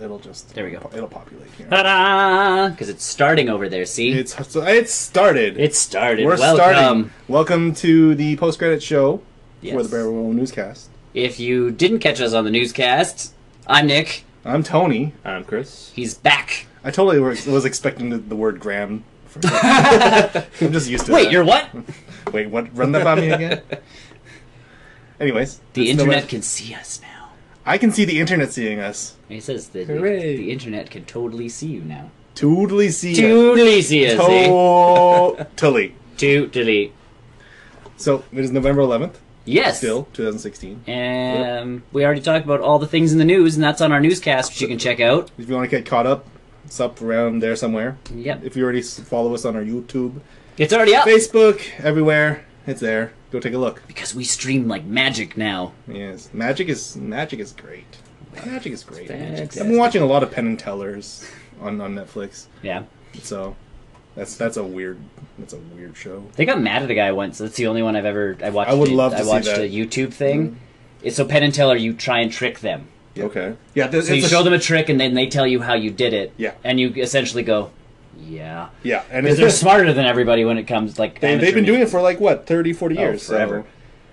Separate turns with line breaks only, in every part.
it'll just
There we go.
It'll populate here.
Ta-da! Because it's starting over there. See,
It's so it's started.
it started.
We're
Welcome.
starting. Welcome to the post credit show for
Yes.
the Barrel Roll Newscast.
If you didn't catch us on the newscast, I'm Nick.
I'm Tony.
I'm Chris.
He's back.
I totally was was expecting the, the word Graham. For I'm just used to
Wait,
that.
you're what?
Wait, what? Run that by me again. Anyways,
The
it's
internet
November-
can see us now.
I can see the internet seeing us.
He says that
Hooray.
the internet can totally see you now.
Totally see us.
Totally see us. eh?
Totally.
Totally.
So it is November 11th,
Yes.
still 2016.
Um, we already talked about all the things in the news, and that's on our newscast, which you can check out.
If you want to get caught up, it's up around there somewhere.
Yep,
If you already s- follow us on our YouTube,
it's already up
Facebook, everywhere, it's there. Go take a look.
because we stream like magic now.
Yes, magic is magic is great. Magic is great.
Magic.
I've been watching a lot of Penn and Tellers on, on Netflix,
Yeah,
so that's that's a weird that's a weird show.
they got mad at a guy once. That's the only one I've ever I watched.
I would
a-
love to
I
see
watched
that. Mm-hmm.
a YouTube thing. It's so Penn and Teller, you try and trick them.
Okay.
Yeah, there's,
So you show them a trick, and then they tell you how you did it.
Yeah.
and you essentially go, yeah,
Yeah, and
because they're smarter than everybody when it comes like
They,
amateur
they've been
music.
doing it for like what 30, 40
Oh,
years, so-
forever.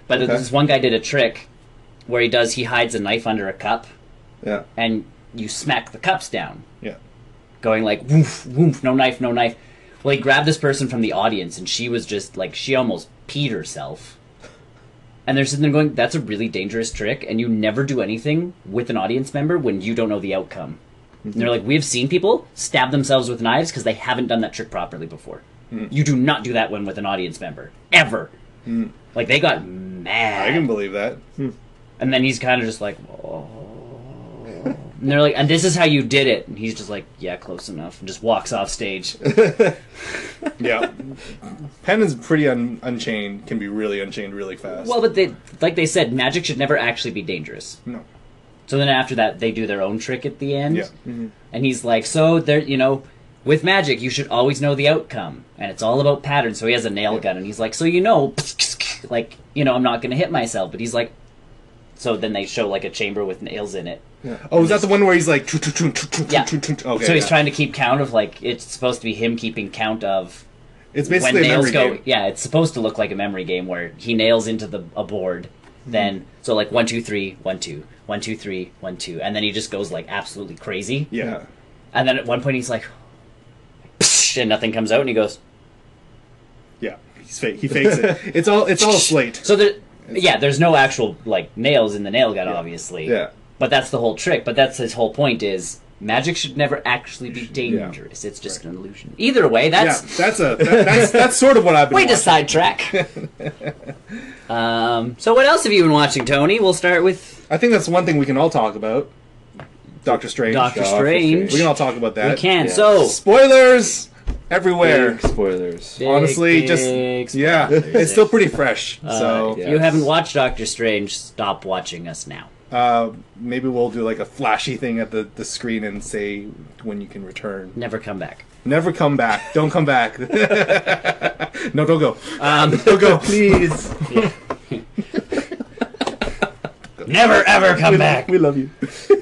But
Okay.
this one guy did a trick where he does he hides a knife under a cup
Yeah,
and you smack the cups down,
yeah.
going like woof woof, no knife, no knife. Well, he grabbed this person from the audience and she was just like she almost peed herself. And they're sitting there going, "That's a really dangerous trick, and you never do anything with an audience member when you don't know the outcome." And they're like, "We have seen people stab themselves with knives because they haven't done that trick properly before.
Hmm.
You do not do that one with an audience member ever." Like they got mad.
Hmm. I can believe that.
Hmm. And then he's kind of just like, oh. And they're like, and this is how you did it. And he's just like, yeah, close enough. And just walks off stage.
Yeah, Penn is pretty un- unchained. Can be really unchained really fast.
well, but they, like they said, magic should never actually be dangerous.
no.
So then after that, they do their own trick at the Mm-hmm. end.
Yeah.
And he's like, so there, you know, with magic, you should always know the outcome. And it's all about patterns. So he has a nail gun and he's like, so you know, like, you know, I'm not going to hit myself. But he's like, so then they show like a chamber with nails in it.
Oh, is that the one where he's like? "Choo, choo, choo, choo, choo,
Yeah.
choo, choo, choo." Okay.
so he's
yeah.
trying to keep count of like it's supposed to be him keeping count of
It's
when
basically a
nails
memory
go.
game.
Yeah, it's supposed to look like a memory game where he nails into the a board.
Hmm.
Then so like one two three one two one two three one two, and then he just goes like absolutely crazy.
Yeah.
And then at one point he's like, and nothing comes out, and he goes.
Yeah. He's fake. He fakes it. It's all. It's all slate.
So there, yeah, there's no actual like nails in the nail gun, obviously.
Yeah.
But that's the whole trick. But that's his whole point is magic should never actually be dangerous. It's just an illusion. Either way,
Yeah.
that's
That's a. That, that's that's sort of what I've been.
way to
watching.
sidetrack. um, so what else have you been watching, Tony? We'll start with
I think that's one thing we can all talk about. Doctor Strange.
Doctor
Doctor
Strange.
Strange.
We can all talk about that.
We can.
yeah.
So
Spoilers everywhere.
Big spoilers.
Big,
Honestly, just
big Uh,
yeah, it's still pretty fresh. so
if
yeah.
you haven't watched Doctor Strange, stop watching us now.
uh, maybe we'll do like a flashy thing at the, the screen and say when you can return.
Never come back.
Never come back. Don't come back. no, don't go.
Um,
Don't go, please.
never ever come back.
we love you.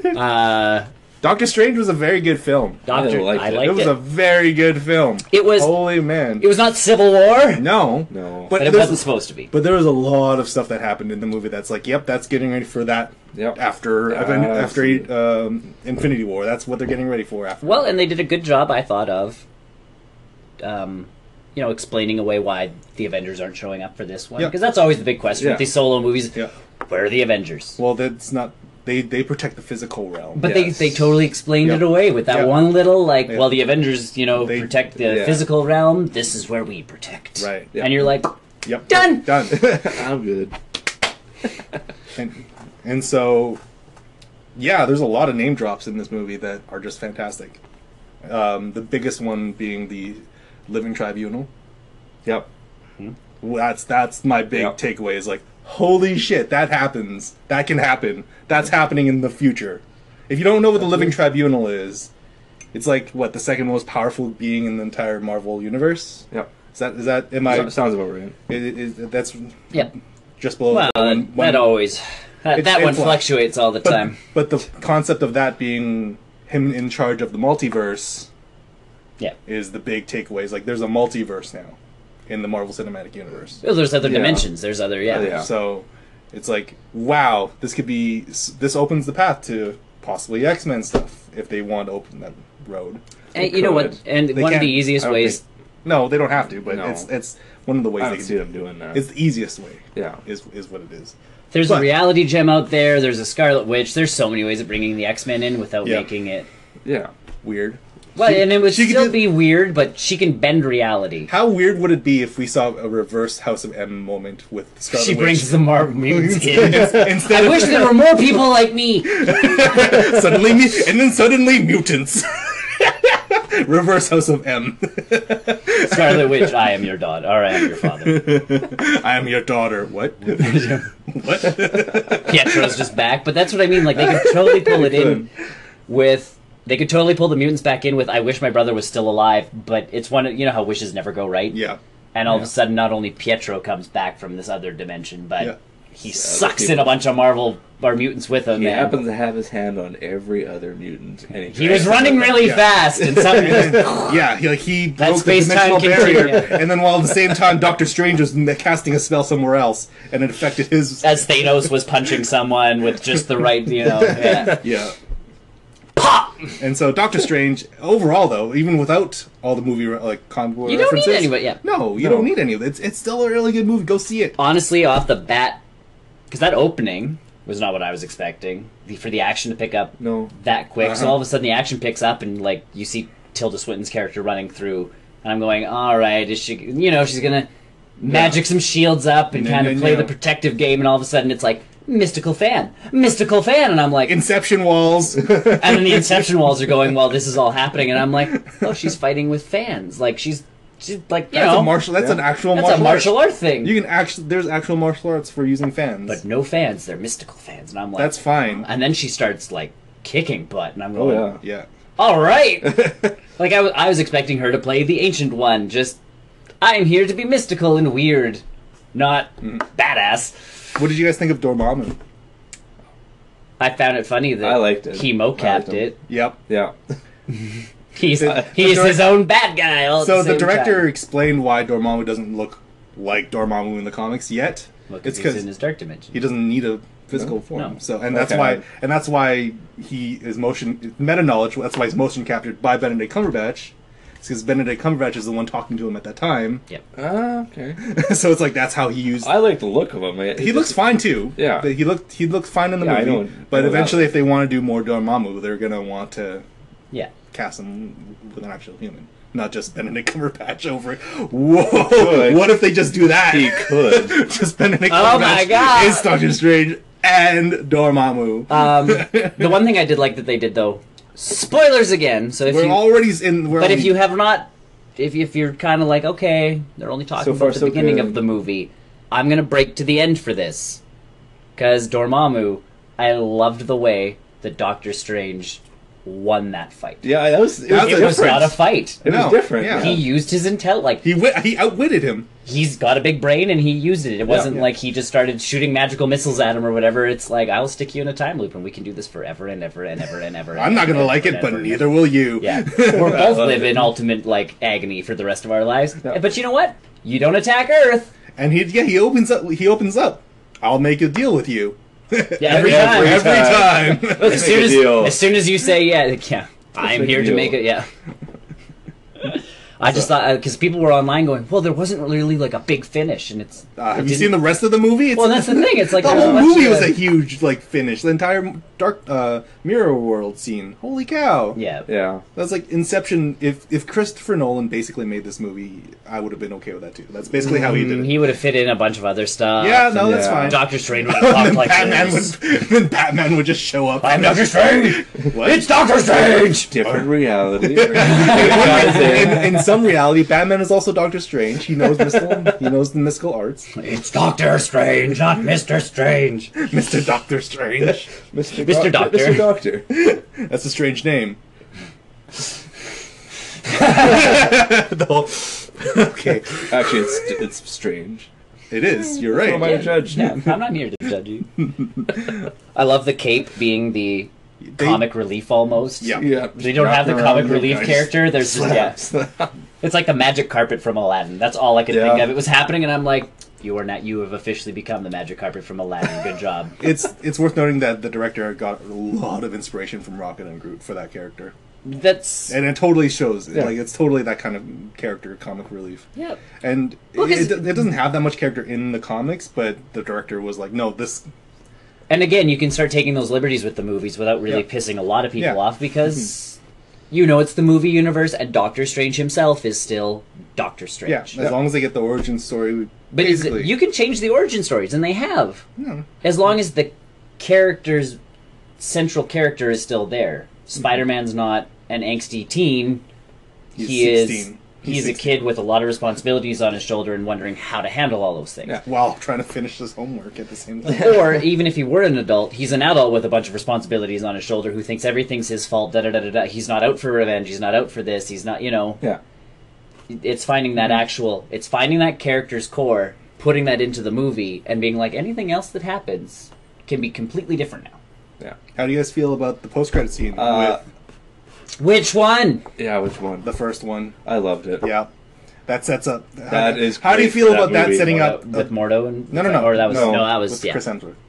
Uh,
Doctor Strange was a very good film.
Doctor, I
I
liked
liked
I
it.
liked
it was
it.
a very good film.
It was-
holy man.
It was not Civil War,
no,
No.
but,
but it
there's-
wasn't supposed to be.
But there was a lot of stuff that happened in the movie that's like, yep, that's getting ready for that
Yep.
after
Yeah,
after um, Infinity War. That's what they're getting ready for after.
Well, and they did a good job, I thought, of, um, you know, explaining away why the Avengers aren't showing up for this one
Yeah.
because that's always the big question
Yeah.
with these solo movies.
Yeah.
Where are the Avengers?
Well, that's not they they protect the physical realm.
But
Yes.
they, they totally explained
Yep.
it away with that
Yep.
one little like,
Yeah.
well, the Avengers, you know,
They-
protect the
yeah.
physical realm. This is where we protect.
Right.
Yeah.
And you're like,
Yep.
Done.
Done.
I'm good.
and, and so yeah, there's a lot of name drops in this movie that are just fantastic. Um, the biggest one being the Living Tribunal.
Yep.
Well, That's that's my big
Yep.
takeaway is like, holy shit, that happens. That can happen. That's happening in the future. If you don't know what the Living Tribunal is, it's like what the second most powerful being in the entire Marvel universe.
Yep.
Is that is that am I?
So- sounds about right.
It, it, it, that's
yeah.
just below.
Well,
uh,
the one-
that,
one-
that always that,
It's-
that one
it's like-
fluctuates all the
but,
time.
but the concept of that being him in charge of the multiverse
Yeah.
is the big takeaways. Like there's a multiverse now in the Marvel Cinematic Universe.
Well, there's other
Yeah.
dimensions. There's other yeah.
Oh, yeah.
So it's like, wow, this could be this opens the path to possibly X Men stuff if they want to open that road.
And you know what? And
They
one of
can't-
the easiest
I don't
ways.
think-
No, they don't have to, but
No.
it's it's one of the ways
I
they
don't
can
see
do it.
them doing that.
It's the easiest way.
yeah.
Is is what it is.
There's
But-
a reality gem out there. There's a Scarlet Witch. There's so many ways of bringing the X Men in without
Yeah.
making it.
Yeah.
Weird.
Well, and it would
she could
still
do-
be weird, but she can bend reality.
How weird would it be if we saw a reverse House of M moment with Scarlet
she
Witch?
brings the Marvel mutants in.
instead
I
of
wish there were more people like me.
suddenly mu- and then suddenly mutants. reverse House of M.
Scarlet Witch, I am your daughter. Or I am your father.
I am your daughter. What?
Pietro's just back, but that's what I mean. Like they could totally pull it in with. They could totally pull the mutants back in with "I wish my brother was still alive," but it's one of you know how wishes never go right.
yeah.
And all of a sudden, not only Pietro comes back from this other dimension, but
Yeah.
he
other
sucks
people.
in a bunch of Marvel or mutants with him.
He
and
happens to have his hand on every other mutant. And he,
He was
drags him
running
with him.
really
Yeah.
fast, and something goes,
Yeah, he, like he
That
broke the
space-time
dimensional barrier,
continuum.
and then while at the same time, Doctor Strange was m- casting a spell somewhere else, and it affected his.
as Thanos was punching someone with just the right, you know, yeah.
yeah,
pop.
and so Doctor Strange, overall though, even without all the movie re- like comic book
You don't need
references,
anybody- yeah.
no, you
No.
don't need any of it. It's, it's still a really good movie. Go see it.
Honestly, off the bat, because that opening was not what I was expecting the, for the action to pick up
No.
that quick. So
Uh-huh.
all of a sudden, the action picks up, and like you see Tilda Swinton's character running through, and I'm going, all right, is she? You know, she's gonna magic some shields up and
No,
kind
no,
of play
no.
the protective game, and all of a sudden, it's like mystical fan, mystical fan, and I'm like,
Inception walls.
and then the Inception walls are going while this is all happening, and I'm like, oh, she's fighting with fans, like she's, she's like, you
that's
know,
a martial. That's
Yeah.
an actual
that's
martial.
a martial
art.
art thing.
You can actually. There's actual martial arts for using fans.
but no fans, they're mystical fans, and I'm like,
that's fine.
and then she starts like kicking butt, and I'm
Oh,
going,
yeah.
yeah.
all right. like I wa- I was expecting her to play the ancient one, just I'm here to be mystical and weird, not
Mm.
badass.
What did you guys think of Dormammu?
I found it funny that
I liked it.
he
I liked
mocapped
him.
it.
Yep.
Yeah.
He's
The-
he's
the direct-
his own bad guy. All at
So the
same
director
time.
explained why Dormammu doesn't look like Dormammu in the comics yet.
Well, 'cause
it's
he's in
because
his dark dimension.
he doesn't need a physical form.
No.
So and that's
Okay.
why and that's why he is motion meta knowledge. That's why he's motion captured by Benedict Cumberbatch. Because Benedict Cumberbatch is the one talking to him at that time.
Yep.
Ah, okay.
so it's like that's how he used.
I like the look of him.
he looks fine too.
Yeah.
But he looked he looked fine in the
Yeah, I
movie.
know-
But
know that.
eventually, if they want to do more Dormammu, they're gonna want to
Yeah.
cast him with an actual human, not just Benedict Cumberbatch over. it. Whoa!
could.
What if they just do that?
He could.
just Benedict Cumberbatch.
Oh my God.
Is Doctor Strange and Dormammu.
Um, the one thing I did like that they did though, spoilers again. So if
we're
you,
already in. We're
but if
only-
you have not, if if you're kind of like okay, they're only talking
So
about
far,
the
so
beginning
good.
of the movie. I'm gonna break to the end for this, because Dormammu, I loved the way that Doctor Strange won that fight.
Yeah, that was. It
That
was,
was
It was
different.
not a fight.
It
No,
was different.
yeah.
He used his intel. Like
he wi- he outwitted him.
he's got a big brain and he used it. It wasn't
yeah.
like he just started shooting magical missiles at him or whatever. It's like I'll stick you in a time loop and we can do this forever and ever and ever and ever. and
I'm not
ever
gonna
and
like
ever
it,
and
but
ever and
neither will you.
Yeah, we're both
love
live
it.
in ultimate like agony for the rest of our lives. But you know what? You don't attack Earth.
And he yeah he opens up he opens up. I'll make a deal with you.
Yeah, every, time.
Every
time.
time.
Look, as
Make
soon
a
as,
deal.
as soon as you say yeah, like, yeah, I'm
make a
here to
deal.
make it. Yeah. I just thought because people were online going, well, there wasn't really like a big finish, and it's.
Uh, have
it
you
didn't-
seen the rest of the movie? It's,
Well, that's the thing. It's like
The
there's
whole
a bunch
movie
of-
was a huge like finish. The entire dark uh, mirror world scene. Holy cow!
Yeah.
Yeah.
that's like Inception. If if Christopher Nolan basically made this movie, I would have been okay with that too. That's basically how he did it.
Mm, He would have fit in a bunch of other stuff.
yeah, no,
and
that's
yeah.
fine.
Doctor Strange would have talked
then
like
Batman would
this.
then Batman would just show up.
I'm Doctor Strange.
What?
It's Doctor Strange.
Different reality.
in, in some reality, Batman is also Doctor Strange. He knows mystical. he knows the mystical arts.
It's Doctor Strange, not Mister Strange.
Mister Doctor Strange.
Mr.
Mr. Doctor.
Mr. Doctor.
That's a strange name. The whole- okay,
Actually, it's it's strange.
it is. You're
Who am I
right.
to judge?
Yeah, I'm not here to judge you. I love the cape being the
They-
comic relief almost.
Yeah.
Yeah.
They don't have the
Wrapped
comic
around the
relief
guys.
character. There's just yeah. It's like the magic carpet from Aladdin. That's all I could think
Yeah.
of. It was happening, and I'm like, "You are not. You have officially become the magic carpet from Aladdin. Good job."
It's it's worth noting that the director got a lot of inspiration from Rocket and Groot for that character,
That's
and it totally shows.
Yeah.
Like it's totally that kind of character comic relief.
yeah.
And
Look,
it,
it's-
it doesn't have that much character in the comics, but the director was like, "No, this
And again, you can start taking those liberties with the movies without really
Yeah.
pissing a lot of people
Yeah. Mm-hmm.
off because you know it's the movie universe, and Doctor Strange himself is still Doctor Strange.
Yeah, as long as they get the origin story. we-
But is it,
basically-
you can change the origin stories, and they have.
No.
As long as the character's central character is still there. Spider Man's not an angsty teen.
He's
he is.
16.
He's,
He's
a
16.
kid with a lot of responsibilities on his shoulder and wondering how to handle all those things.
Yeah.
while trying to finish his homework at the same time.
or even if he were an adult, he's an adult with a bunch of responsibilities on his shoulder who thinks everything's his fault. Da da da da. da. He's not out for revenge. He's not out for this. He's not. You know.
Yeah.
It's finding that
Mm-hmm.
actual. It's finding that character's core, putting that into the movie, and being like anything else that happens can be completely different now.
Yeah.
How do you guys feel about the post-credit scene
Uh,
with
Which one?
Yeah, which one?
the first one?
I loved it.
Yeah, that sets up. That how,
That is
How do you
great
feel
for that
about that
movie.
setting up?
Uh, with
a-
Mordo and
Uh, no, no, no.
Or that was no,
no,
that was
with
yeah.
Chris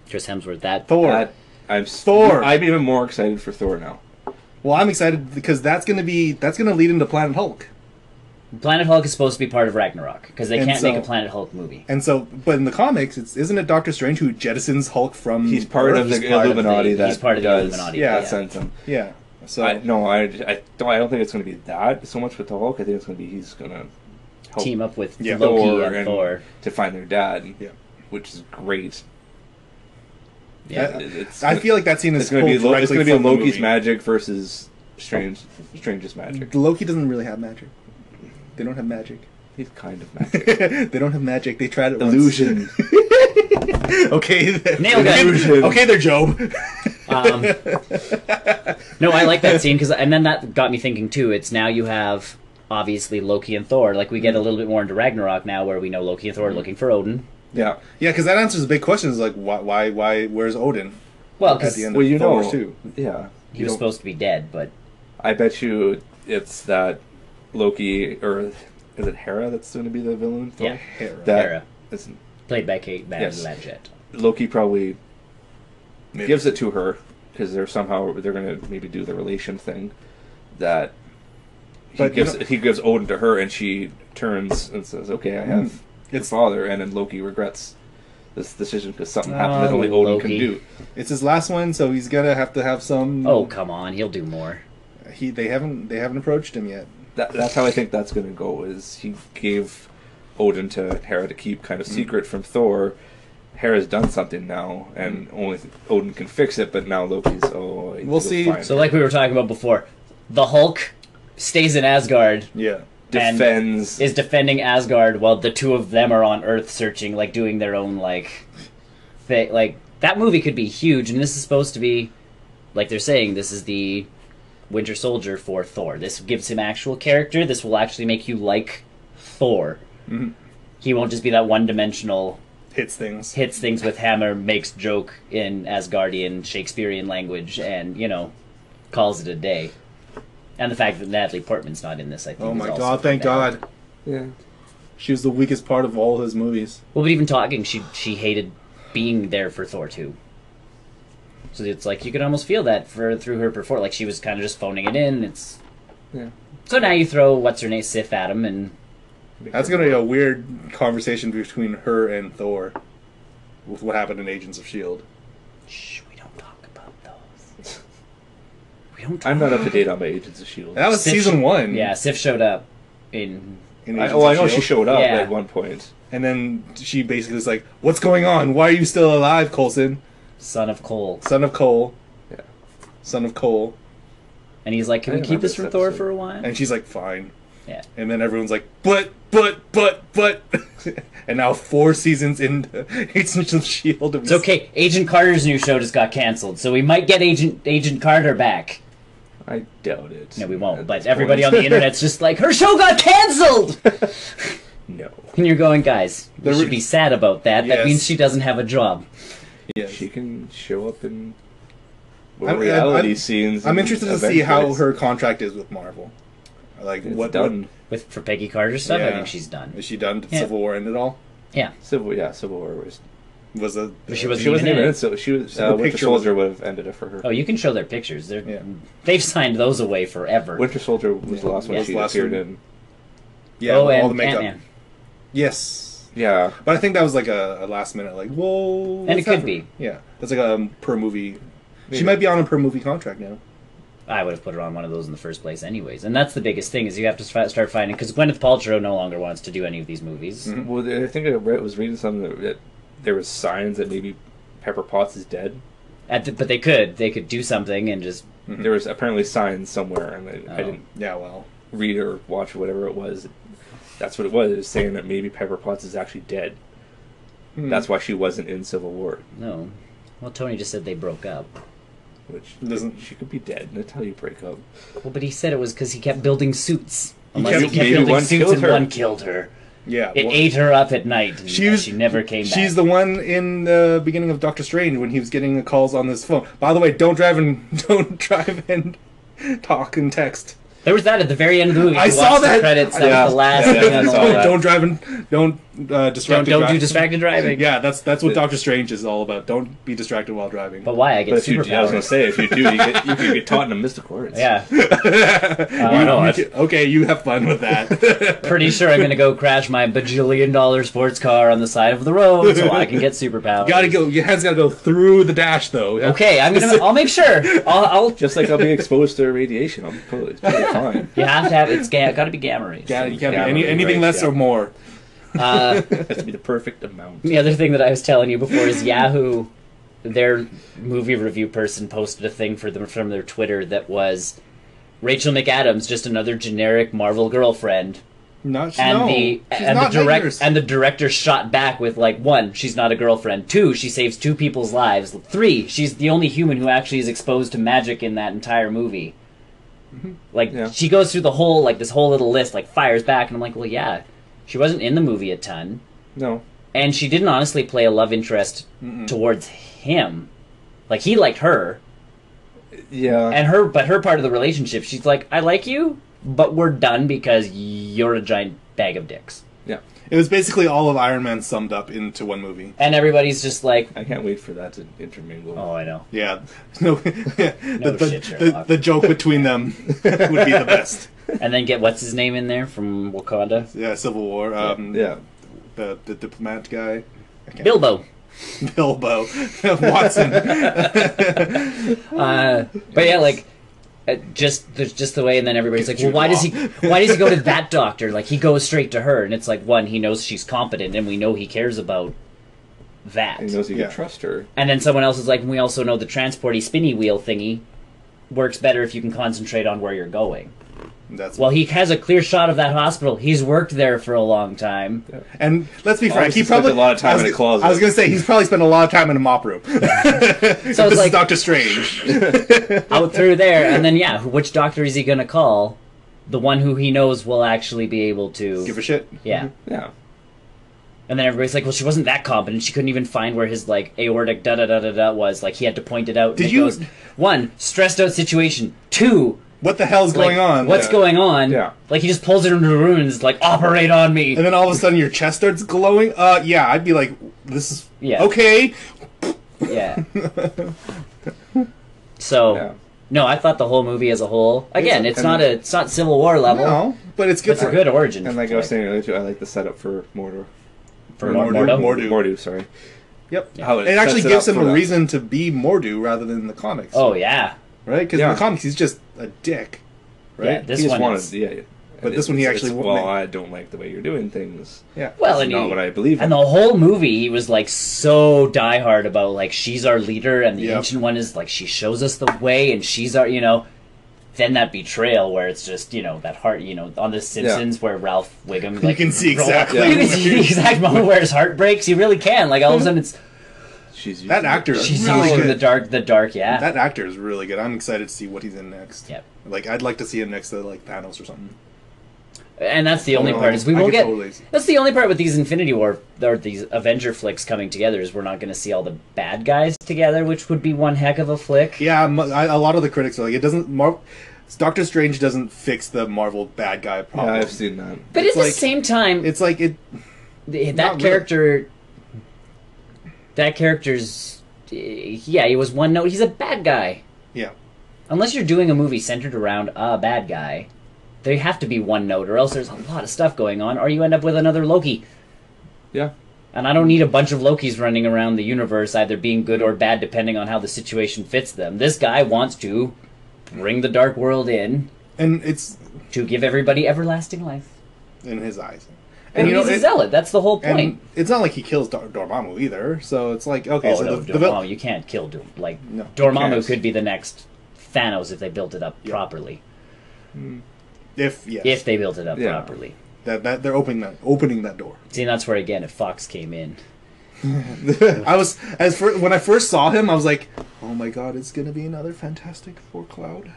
Chris,
Hemsworth,
Hemsworth. That
Thor.
That- I'm s-
Thor.
I'm even more excited for Thor now.
well, I'm excited because that's going to be that's going to lead into Planet Hulk,
Planet Hulk is supposed to be part of Ragnarok because they
And
can't
so-
make a Planet Hulk movie.
and so but in the comics, it's isn't it Doctor Strange who jettisons Hulk from?
He's part
Earth?
of the
He's part of the-
Illuminati. that
he's part of the
does-
Illuminati,
Yeah,
yeah.
sends him.
yeah. So
I, no, I, I don't. I don't think it's going to be that so much with the Hulk. I think it's going to be he's going to help
Team up with
Yeah.
Loki
Thor
and
and-
Thor.
to find their dad.
Yeah.
which is great.
Yeah.
I-
It- it's,
I feel like that scene
it's
is
going to be
pulled
Lo- it's
directly
going to be
from the
Loki's
movie.
magic versus strange, strangest magic.
Loki doesn't really have magic. They don't have magic.
He's kind of magic.
they don't have magic. They tried it. once.
Illusion.
okay. they're-
Nailed it.
Okay, Okay, they're Job.
Um, no, I like that scene because, and then that got me thinking too. It's now you have obviously Loki and Thor. Like we get
Mm-hmm.
a little bit more into Ragnarok now, where we know Loki and Thor are looking for Odin.
yeah.
yeah, because that answers a big question. Is like, why, why, why? Where's Odin?
Well,
At
because
the
he
end.
Well, you
Thor,
know,
too.
yeah.
was
You don't-
supposed to be dead, but
I bet you it's that Loki or is it Hera that's going to be the villain? in Thor?
Yeah.
Hera.
That-
Hera.
it's-
played by Kate
Yes.
Blanchett.
Loki probably
Maybe.
gives it to her because they're somehow they're going to maybe do the relation thing that he
But you
gives
know-
he gives Odin to her and she turns and says, "Okay, I have your
Hmm. It's-
father," and then Loki regrets this decision because something happened that
Oh,
only Odin
Loki.
can do.
It's his last one, so he's gonna have to have some.
Oh come on, he'll do more.
he they haven't they haven't approached him yet.
That, that's how I think that's going to go. Is he gave Odin to Hera to keep kind of secret from Thor. Hera's done something now, and only th- Odin can fix it. But now Loki's oh,
We'll see.
So, like we were talking about before, the Hulk stays in Asgard,
Yeah,
and-
defends
is defending Asgard, while the two of them are on Earth searching, like doing their own like thing. Like that movie could be huge, and this is supposed to be, like they're saying, this is the Winter Soldier for Thor. This gives him actual character. This will actually make you like Thor. He won't just be that one-dimensional
hits things.
hits things with hammer, makes joke in Asgardian Shakespearean language, and you know, calls it a day. And the fact that Natalie Portman's not in this, I think.
oh
is
my
also
god! Thank
bad.
God.
yeah.
She was the weakest part of all his movies.
Well, but even talking, she she hated being there for Thor two. So it's like you could almost feel that for through her performance, like she was kind of just phoning it in. It's
Yeah.
so now you throw what's her name Sif at him, and
That's gonna be a weird conversation between her and Thor, with what happened in Agents of Shield.
shh, we don't talk about those. We don't. Talk.
I'm not up to date on my Agents of Shield.
And that was
Sif-
season one.
Yeah, Sif showed up in
In
I,
Agents
oh, I
of
know
Shield.
she showed up
Yeah.
at one point.
And then she basically is like, "What's going on? Why are you still alive, Colson?
Son of Coal,
Son of Cole,
Yeah.
son of Cole."
and he's like, "Can
I
we keep
remember
this from
this
Thor
episode.
for a while?"
And she's like, "Fine."
yeah,
And then everyone's like, "But, but, but, but." and now four seasons into Agents of Shield.
it's okay. Agent Carter's new show just got canceled, so we might get Agent Agent Carter back.
I doubt it.
No, we won't.
At
But
this
everybody on
point.
the internet's just like, her show got canceled.
no,
And you're going, guys, we
There
should
is-
be sad about that. That
Yes.
means she doesn't have a job.
Yes.
she can show up in But
I'm- I'm-
reality
I'm-
scenes.
I'm
and
interested to
event
see how
drives,
her contract is with Marvel. Like
It's
what
done.
with for Peggy Carter stuff. I
Yeah.
think she's done.
Is she done? Did
Yeah.
Civil War end at all?
Yeah,
Civil, yeah, Civil War was.
Was a
but she wasn't,
She wasn't
even
even
in
in
it.
it, so she was.
So the
Uh, Winter
picture
Soldier would have ended it for her.
Oh, you can show their pictures. They're
Yeah.
they've signed those away forever.
Winter Soldier was the last one
Yeah.
she
Last
appeared
one.
in.
yeah
oh,
all
and
the makeup?
Ant-Man.
Yes,
Yeah,
but I think that was like a, a last minute like whoa.
And
what's
it could
that for-
be.
yeah. That's like a um, per movie.
Maybe.
She might be on a per movie contract now.
I would have put her on one of those in the first place, anyways. And that's the biggest thing is you have to fi- start finding because Gwyneth Paltrow no longer wants to do any of these movies.
Well, I think I read, was reading something that, that there was signs that maybe Pepper Potts is dead.
At the, but they could they could do something and just
There was apparently signs somewhere, and I, I
Oh.
didn't
Yeah, well,
read or watch or whatever it was. That's what it was. It was saying that maybe Pepper Potts is actually dead. That's why she wasn't in Civil War,
no. Well, Tony just said they broke up.
which
Doesn't-
she could be dead. That's how you break up.
Well, but he said it was because he kept building suits. Unless
kept-
he kept
maybe
building
one
suits
killed
and
her.
one killed her.
yeah.
It
well-
ate her up at night. And
She was-
she never came back.
She's the one in the beginning of Doctor Strange when he was getting the calls on this phone. By the way, don't drive and don't drive and talk and text.
There was that at the very end of the movie.
I
You
saw
watched
that.
the credits. That
Yeah.
was the last
Yeah,
thing on the
I saw that.
list.
don't drive and don't uh,
Don't,
distract. and
don't do
drive.
distracted driving.
Yeah, that's that's what Doctor Strange is all about. Don't be distracted while driving.
But why? I get
But if you, I was gonna
superpowers.
say, if you do, you get, you could get taught in the mystical arts.
Yeah,
You-
no,
you
that's-
can- okay, you have fun with that.
pretty sure I'm gonna go crash my bajillion dollar sports car on the side of the road so I can get superpowers.
gotta go. Your hands gotta go through the dash, though.
Okay, I'm gonna. I'll make sure. I'll. I'll
Just like I'll be exposed to radiation, I'll be totally, totally fine.
you have to have it's ga- gotta be gamma rays.
Yeah, you can't
Yeah,
be any,
right,
anything
right,
less
yeah.
or more.
Uh,
It has to be the perfect amount.
the other thing that I was telling you before is Yahoo, their movie review person posted a thing for them from their Twitter that was Rachel McAdams, just another generic Marvel girlfriend,
Not she's-
and
no.
the
She's
and the
not
direct
Lakers.
and the director shot back with like one, she's not a girlfriend. Two, she saves two people's lives. Three, she's the only human who actually is exposed to magic in that entire movie.
Mm-hmm.
Like
Yeah.
she goes through the whole like this whole little list, like fires back, and I'm like, well, yeah, she wasn't in the movie a ton,
No,
and she didn't honestly play a love interest towards him. Like he liked her,
yeah,
and her, but her part of the relationship, she's like, I like you, but we're done because you're a giant bag of dicks.
yeah.
it was basically all of Iron Man summed up into one movie.
and everybody's just like,
I can't wait for that to intermingle.
"Oh, I know."
Yeah. No, the, the,
shit,
the,
Sherlock.
the joke between them would be the best.
And then get what's his name in there from Wakanda,
Yeah, Civil War. Um,
Yeah,
The, the diplomat guy.
Bilbo.
Bilbo. Watson.
Uh, but yeah, like uh, just there's just the way, and then everybody's like,
Get
"Well,
you
why does he?
off."
Why does he go to that doctor? Like he goes straight to her, and it's like one, he knows she's competent, and we know he cares about that.
he knows you
Yeah.
can trust her.
And then someone else is like, "We also know the transporty spinny wheel thingy." Works better if you can concentrate on where you're going.
That's
Well, he has a clear shot of that hospital. He's worked there for a long time.
And let's be frank,
Obviously
he probably
spent a lot of time
I was,
in a closet.
I was gonna say he's probably spent a lot of time in a mop room.
So
this
it's
is
like
Doctor Strange.
out through there, and then yeah, who- which doctor is he gonna call? The one who he knows will actually be able to.
Give a mm-hmm. shit.
yeah,
Yeah,
and then everybody's like, "Well, she wasn't that competent. She couldn't even find where his like aortic da da da da da was. Like he had to point it out."
Did
and it
you-
Goes, One stressed out situation. Two.
What the hell's
Like,
going on?
What's
Yeah.
going on?
Yeah.
Like he just pulls it into the room and is like, "Operate on me."
And then all of a sudden your chest starts glowing. Uh, yeah, I'd be like, this is
Yeah.
okay.
yeah. so.
yeah.
No, I thought the whole movie as a whole. Again, it's,
and-
not a it's not Civil War
Uh-huh.
level.
No, but it's good
It's
for
a good origin.
And like I was saying earlier too, I like the setup for Mordor.
for
Mordo.
Mordo.
Mordo. Mordu.
Mordu, sorry.
Yep.
How
it actually
sets it
gives
up
him
for
a
that.
reason to be Mordu rather than the comics.
Oh yeah,
right? Because in
Yeah.
the comics he's just a dick, right?
Yeah, this
he just
one
wanted,
is-
yeah, yeah.
But this one he
It's-
actually
it's,
wa-
well, I don't like the way you're doing things.
yeah.
Well,
It's
and
not
he-
what I believe.
and
in.
the whole movie he was like so diehard about like she's our leader and the
Yeah.
ancient one is like she shows us the way and she's our you know. Then that betrayal where it's just you know that heart you know on the Simpsons where Ralph Wiggum like,
can see
roll-
exactly
you can
where-
see the exact moment where his heart breaks. You really can like all of a sudden it's
She's
That actor is
she's
really
using
good.
the dark the dark yeah
That actor is really good. I'm excited to see what he's in next.
Yep.
Like I'd like to see him next to like Thanos or something.
And that's the only
no,
part is we
Oh, I
won't
get
get.
so lazy.
That's the only part with these Infinity War or these Avenger flicks coming together is we're not going to see all the bad guys together, which would be one heck of a flick.
Yeah, m- I- a lot of the critics are like, it doesn't. Mar- Doctor Strange doesn't fix the Marvel bad guy
Yeah,
problem.
I've seen that.
But
It's
at
like-
the same time,
It's like it. not
th- that
really.
character, that character's, eh, yeah, he was one note. He's a bad guy.
Yeah,
Unless you're doing a movie centered around a bad guy, they have to be one note, or else there's a lot of stuff going on, or you end up with another Loki.
Yeah.
And I don't need a bunch of Lokis running around the universe, either being good or bad, depending on how the situation fits them. This guy wants to bring the dark world in
and it's
to give everybody everlasting life.
in his eyes.
And he's a
it-
zealot. That's the whole
and
point.
it's not like he kills Dor- Dormammu either. So it's like okay,
oh
so
no,
the, the vil-
Dormammu! you can't kill Doom. Like
No,
can't.
Dormammu could be the next Thanos if they built it up
Yeah.
properly.
if yes,
If they built it up
Yeah.
properly.
that, that they're opening that opening that door.
See, and that's where again, if Fox came in,
I was as fir- when I first saw him, I was like, oh my god, it's gonna be another Fantastic Four cloud.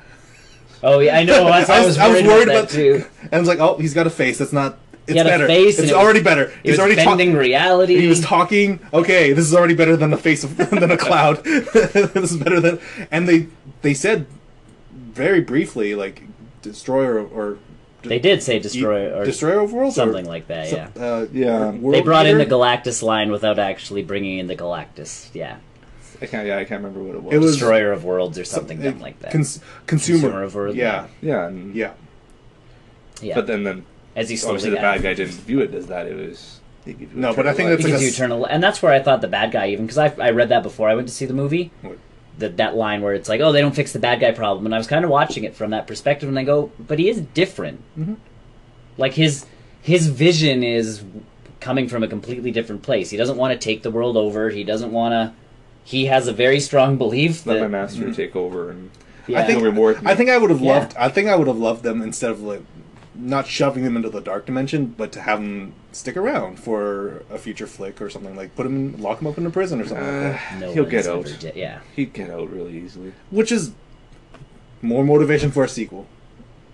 Oh yeah, I know. That's, I, was, worried about, that too.
And I was like, oh, he's got a face. That's not. It's
had a
better.
face and
it's
it was-
already better.
He
he's
was
already talking.
bending reality.
he was talking. Okay, this is already better than the face of than a cloud. this is better than. And they they said very briefly like destroyer or, or
they did say destroy or
destroyer of worlds or-
something like that.
so-
Yeah,
uh,
Yeah.
or world
they brought in the
leader?
Galactus line without actually bringing in the Galactus. Yeah,
I can't. Yeah, I can't remember what it was.
It was-
destroyer of worlds or something
uh,
dumb like that.
cons- consumer.
Consumer of world
yeah,
Yeah, and,
yeah.
yeah,
But then, then
as he slowly
obviously the
got-
bad guy didn't view it as that. It was. they give you
No, but I think
eternal
that's
life.
like
because
a
you
s-
turn a, and that's where I thought the bad guy even because I I read that before I went to see the movie.
What?
That, that line where it's like, oh, they don't fix the bad guy problem, and I was kind of watching it from that perspective, and I go, but he is different.
Mm-hmm.
Like his his vision is coming from a completely different place. He doesn't want to take the world over. He doesn't want to. He has a very strong belief
let my
that
master take over and
Mm-hmm. yeah,
I think
He'll reward me.
I think I would have
Yeah.
loved. I think I would have loved them instead of like not shoving them into the dark dimension, but to have them stick around for a future flick or something like put them, lock them up in a prison or something. like
uh,
that.
he'll
Nolan's
get
never
out.
did- yeah,
He'd get out really easily.
Which is more motivation for a sequel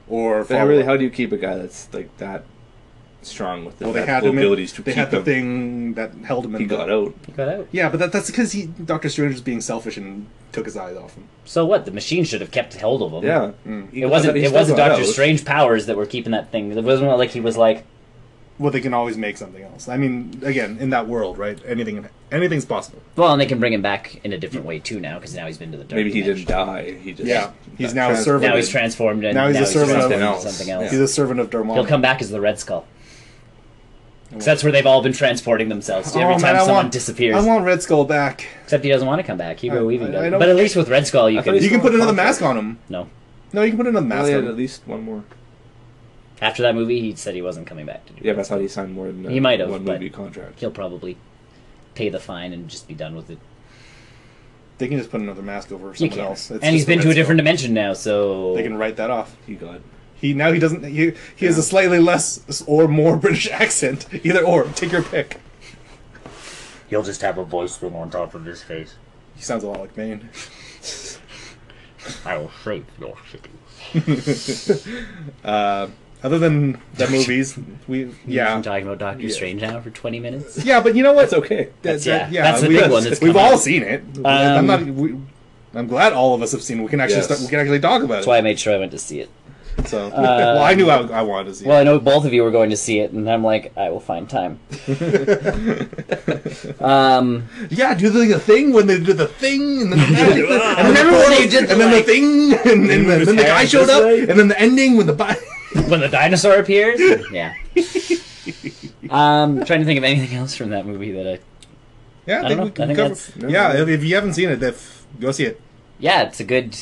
or
But really,
follow-up.
how do you keep a guy that's like that strong with the
well, they had
magical
him. In,
abilities to
they
keep
had the
him?
thing that held him. in
He
the-
got out.
he got out.
Yeah, but that, that's because he Doctor Strange was being selfish and took his eyes off him.
So what? The machine should have kept hold of him.
Mm.
Yeah, He
It
got out,
wasn't.
he
It
still
wasn't
got
Doctor
out.
Strange powers that were keeping that thing. It wasn't like he was like,
Well, they can always make something else. I mean, again, in that world, right? Anything, anything's possible.
Well, and they can bring him back in a different way too now, because now he's been to the dark.
Maybe he
dimension.
didn't die. He just
Yeah, he's now a
trans-
servant.
Now he's transformed. And
Now he's a servant
transformed
of-
into something else.
He's a servant of Dormammu.
He'll come back as the Red Skull. 'Cause that's where they've all been transporting themselves to every time
Oh, I
someone
want,
disappears.
I want Red Skull back.
Except he doesn't want to come back. Hugo
I- I-
Weaving
I
does.
don't-
But at least with Red Skull, you
I
can.
thought
You
He's
can
still
put
on
another
contract.
mask on him.
No.
No, you can put another
Well,
mask
he
on him.
had at least one more.
After that movie, he said he wasn't coming back to do.
Yeah, but I thought he signed more than uh,
He might have,
one
but-
movie contract.
He'll probably pay the fine and just be done with it.
They can just put another mask over
You
someone
can't.
else. It's
and he's
just the
been to
Red
a different
Skull.
dimension now, so
They can write that off.
He got.
He now he doesn't. He he has a slightly less or more British accent. Either or, take your pick.
He'll just have a voice thing on top of his face.
He sounds a lot like Bane.
I will save your city.
Uh, other than the movies, we yeah
I'm talking about Doctor
Yeah.
Strange now for 20 minutes.
yeah, but you know what?
It's okay.
That's-
That-
yeah, that's the
we-
big one that's
we've
come
all
out.
seen it. I'm
Um,
not. We, I'm glad all of us have seen. it. We can actually
Yes.
start, we can actually talk about
That's why I made sure I went to see it.
it. So well, I knew I, I wanted to see.
Well, I know both of you were going to see it, and I'm like, I will find time. um,
it. Yeah, do the, the thing when they did the thing, and then, the magic thing, and then everyone,
They did the,
and then
like-
the thing, and, and then, then the guy
hands
showed
this
up,
way.
and then the ending when the bi-
when the dinosaur appears, yeah. Um, trying to think of anything else from that movie that I.
Yeah, I
I
think
don't
we
know.
can
I think
cover.
that's-
Yeah, if, if you haven't seen it, if, go see it.
Yeah, it's a good,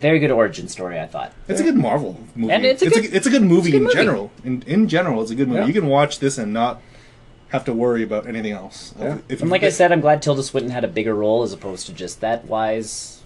very good origin story. I thought.
It's a good Marvel movie,
And it's a good-
it's a good movie
good
in
movie.
general. In in general, it's a good movie.
Yeah.
You can watch this and not have to worry about anything else.
Yeah.
If
And
you-
like I said, I'm glad Tilda Swinton had a bigger role as opposed to just that wise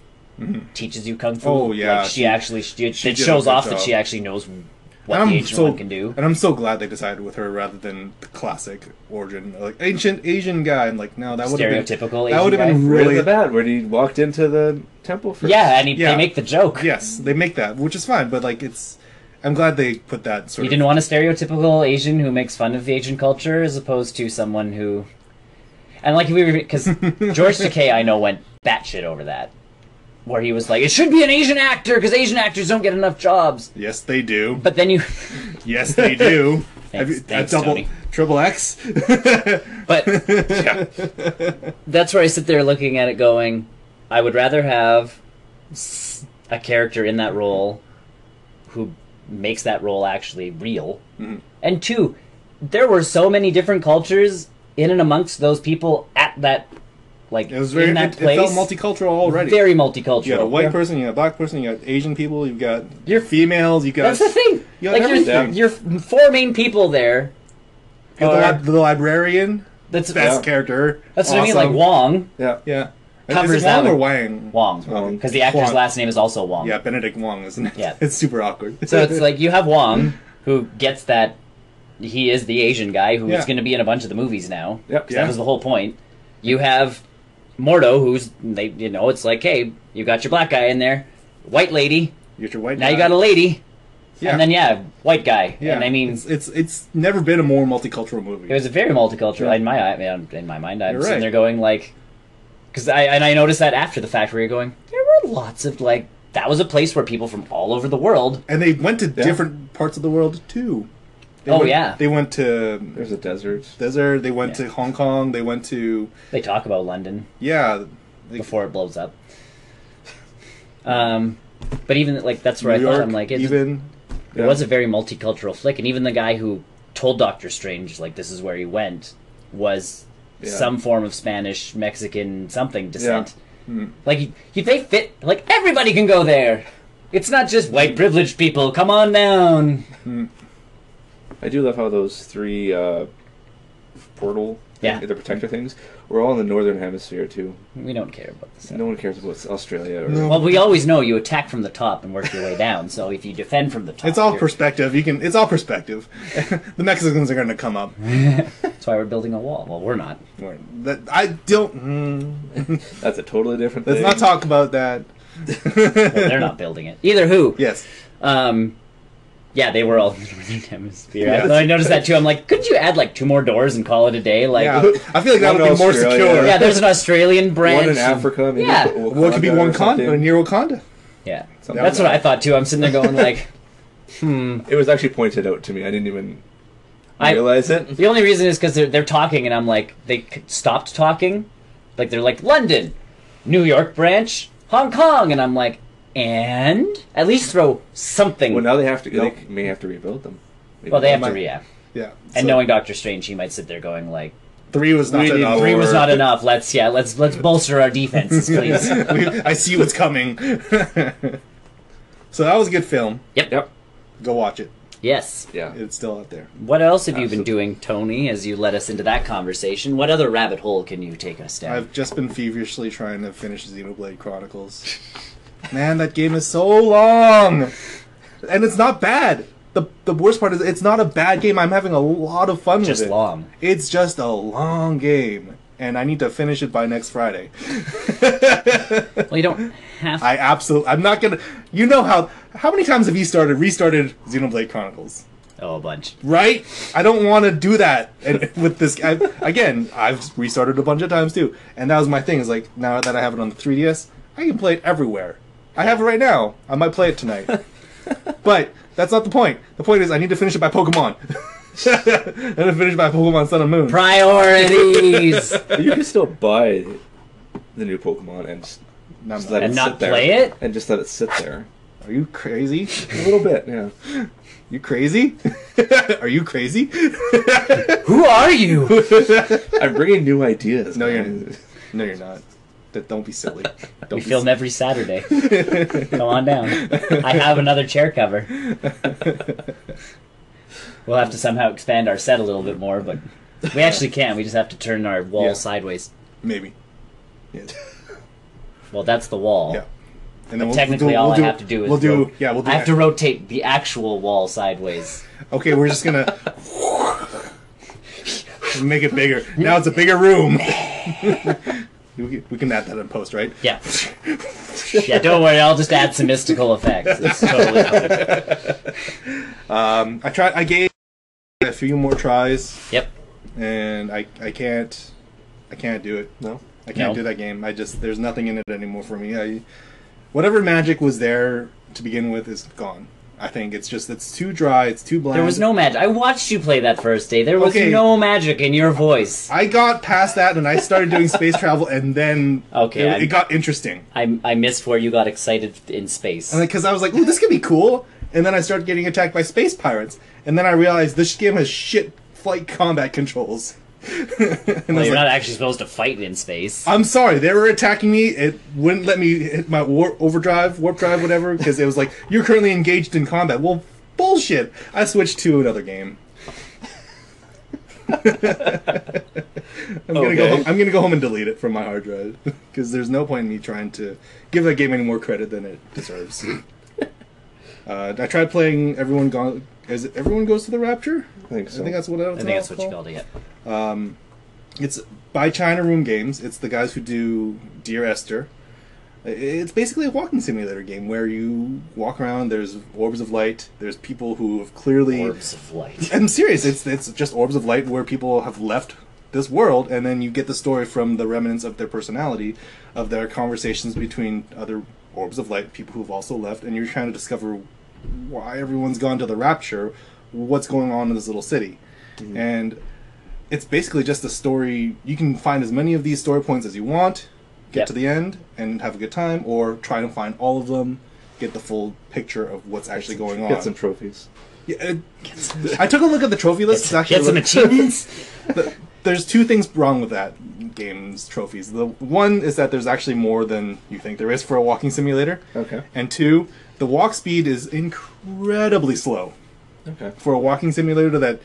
teaches you kung fu.
Mm-hmm. Oh, yeah,
like, she,
she-
actually she, it
did a
shows
good
off
job.
that she actually knows
And
what the ancient one can do.
And I'm so glad they decided with her rather than the classic origin, like ancient Asian guy. And like, no, that would have been
Stereotypical.
that would have
Asian
been
guy.
Right off
really
the bat, where he walked into the temple first.
Yeah, and he,
Yeah.
they make the joke.
yes. They make that, which is fine, but like it's. I'm glad they put that sort
You
of.
didn't want a stereotypical Asian who makes fun of the Asian culture, as opposed to someone who, and like we were because George Takei I know went batshit over that, where he was like, "It should be an Asian actor because Asian actors don't get enough jobs."
yes, they do.
But then you,
Yes, they do.
Thanks- thanks,
double
Tony.
triple X.
but
Yeah.
that's where I sit there looking at it, going, "I would rather have s- a character in that role who makes that role actually real."
Mm-hmm.
And two, there were so many different cultures in and amongst those people at that, like
It was very.
in that
It, it
place.
felt multicultural already.
very multicultural.
you got a white
Yeah.
person, you got a black person, you got Asian people, you've got your females, you got
That's the thing.
You got
like your,
everything.
your four main people there.
you got the,
are-
lib- the librarian,
that's
best
Yeah.
character.
Oh, that's what I mean. Like
awesome.
Wong,
Yeah.
Yeah.
Covers
is it Wong
that
or
with-
Wang?
Wong,
Wong.
because the actor's
Wong.
last name is also Wong.
Yeah, Benedict Wong, isn't it?
Yeah.
It's super awkward.
So it's like you have Wong, who gets that he is the Asian guy who's
Yeah.
going to be in a bunch of the movies now.
Yep.
'cause
Yeah.
That was the whole point. You have Mordo, who's they, you know, it's like, hey, you got your black guy in there, white lady.
you got your white.
Now you got a lady, and then yeah, white guy.
Yeah.
And I mean,
it's, it's it's never been a more multicultural movie.
It was very multicultural
Yeah.
in my eye- in in my mind. I'm
You're
sitting
right.
there going like, because I and I noticed that after the fact where you're going, there were lots of like that was a place where people from all over the world.
and they went to different parts of the world too. They
Oh,
went-
yeah.
They went to
There's a desert.
desert. They went
Yeah.
to Hong Kong. They went to
They talk about London
yeah. They-
before it blows up. Um, but even like that's where
New
I thought
York,
I'm like, it's,
even
it was a very multicultural flick, and even the guy who told Doctor Strange like this is where he went was
Yeah.
some form of Spanish, Mexican, something descent.
Mm.
Like you- you- they fit. Like everybody can go there. It's not just white privileged people. Come on down.
I do love how those three uh, portal,
Yeah.
the protector things, we're all in the northern hemisphere too.
We don't care about this.
No one cares about Australia. Or,
No.
Well, we always know you attack from the top and work your way down. So if you defend from the top,
it's all
you're-
perspective. You can it's all perspective. the Mexicans are going to come up.
that's why we're building a wall. Well, we're not.
That I don't. Mm,
That's a totally different
let's
thing.
not talk about that.
Well, they're not building it either. Who?
Yes.
Um, yeah, they were all in the northern hemisphere. I, I noticed that too. I'm like, could you add like two more doors and call it a day? Like,
Yeah.
yeah,
I feel like that
One
would be more
Australia.
secure.
Yeah.
there's an Australian branch.
One in Africa. Maybe
Yeah.
Wakanda
What could be
or
one con
something.
or near Wakanda?
Yeah,
Something
that's
like
what I thought too. I'm sitting there going like, hmm.
It was actually pointed out to me. I didn't even
I- Mm.
realize it.
The only reason is because they're they're talking, and I'm like, they c- stopped talking. Like they're like London, New York branch, Hong Kong, and I'm like, and at least throw something.
Well, now they have to.
Nope.
They may have to rebuild them. Maybe
well, they have to
might-
react.
Yeah.
And
so
knowing Doctor Strange, he might sit there going like,
three was not
We need
enough.
more.
three was
Or-
not enough. Let's yeah, let's let's bolster our defenses, please.
We- I see what's coming. so that was a good film.
Yep.
Go watch it.
Yes.
Yeah.
It's still out there.
What else have you been
Absolutely.
doing, Tony, as you led us into that conversation? What other rabbit hole can you take us down?
I've just been feverishly trying to finish Xenoblade Chronicles. Man, that game is so long, and it's not bad. the The worst part is it's not a bad game. I'm having a lot of fun
Just
with it.
long.
It's just a long game, and I need to finish it by next Friday.
Well, you don't have to.
I absolutely. I'm not gonna. You know how how many times have you started restarted Xenoblade Chronicles?
Oh, a bunch.
Right? I don't want to do that and, with this. I, again, I've restarted a bunch of times too, and that was my thing. Is like now that I have it on the 3DS, I can play it everywhere. I have it right now. I might play it tonight, but that's not the point. The point is I need to finish it by Pokemon. I need to finish it by Pokemon Sun and Moon.
Priorities!
But you can still buy the new Pokemon and just,
Not
just let
And
it
not
sit there.
play it?
And just let it sit there.
Are you crazy?
A little bit. Yeah.
You crazy? Are you crazy?
Who are you?
I'm bringing new ideas.
No, you're-
man.
No, you're not. That don't be silly. Don't be
We film every Saturday. Come on down. I have another chair cover. We'll have to somehow expand our set a little bit more, but we actually can. We just have to turn our wall
Yeah.
sideways.
Maybe. Yeah.
Well, that's the wall.
Yeah. And then
Technically, all I have to do is
we'll do
ro-
yeah we'll do
I have
that.
to rotate the actual wall sideways.
okay we're just gonna make it bigger now it's a bigger room We can- we can add that in post, right?
Yeah. yeah, don't worry. I'll just add some mystical effects. It's totally fine.
I tried. I gave it a few more tries,
Yep.
and I I can't I can't do it. No, I can't
No.
do that game. I just there's nothing in it anymore for me. I whatever magic was there to begin with is gone. I think it's just it's too dry. It's too bland.
There was no magic. I watched you play that first day. There was
Okay.
no magic in your voice.
I got past that and I started doing space travel, and then
Okay,
it,
I'm-
it got interesting.
I, I missed where you got excited in space.
And because I was like, "Ooh, this could be cool," and then I started getting attacked by space pirates, and then I realized this game has shit flight combat controls. and I
Well,
was
you're
like,
not actually supposed to fight in space.
I'm sorry, they were attacking me. It wouldn't let me hit my warp overdrive, warp drive, whatever, because it was like you're currently engaged in combat. Well, bullshit. I switched to another game. I'm gonna go.
Okay.
Home, I'm gonna go home and delete it from my hard drive because there's no point in me trying to give that game any more credit than it deserves. uh, I tried playing. Everyone gone. Is it everyone goes to the Rapture?
I think so.
I think that's what I.
I think that's what you called it. Yeah.
It's by China Room Games. It's the guys who do Dear Esther. I- It's basically a walking simulator game where you walk around. There's orbs of light. There's people who have clearly.
Orbs of light.
I'm serious. It's it's just orbs of light where people have left this world, and then you get the story from the remnants of their personality, of their conversations between other orbs of light, people who've also left, and you're trying to discover why everyone's gone to the rapture, what's going on in this little city, and it's basically just a story. You can find as many of these story points as you want, get
Yep.
to the end, and have a good time, or try to find all of them. Get the full picture of what's actually going on.
Get some trophies.
Yeah, it- I took a look at the trophy list. It's actually
Get some achievements.
there's two things wrong with that game's trophies. The one is that there's actually more than you think there is for a walking simulator.
Okay.
And two, the walk speed is incredibly slow
Okay.
for a walking simulator that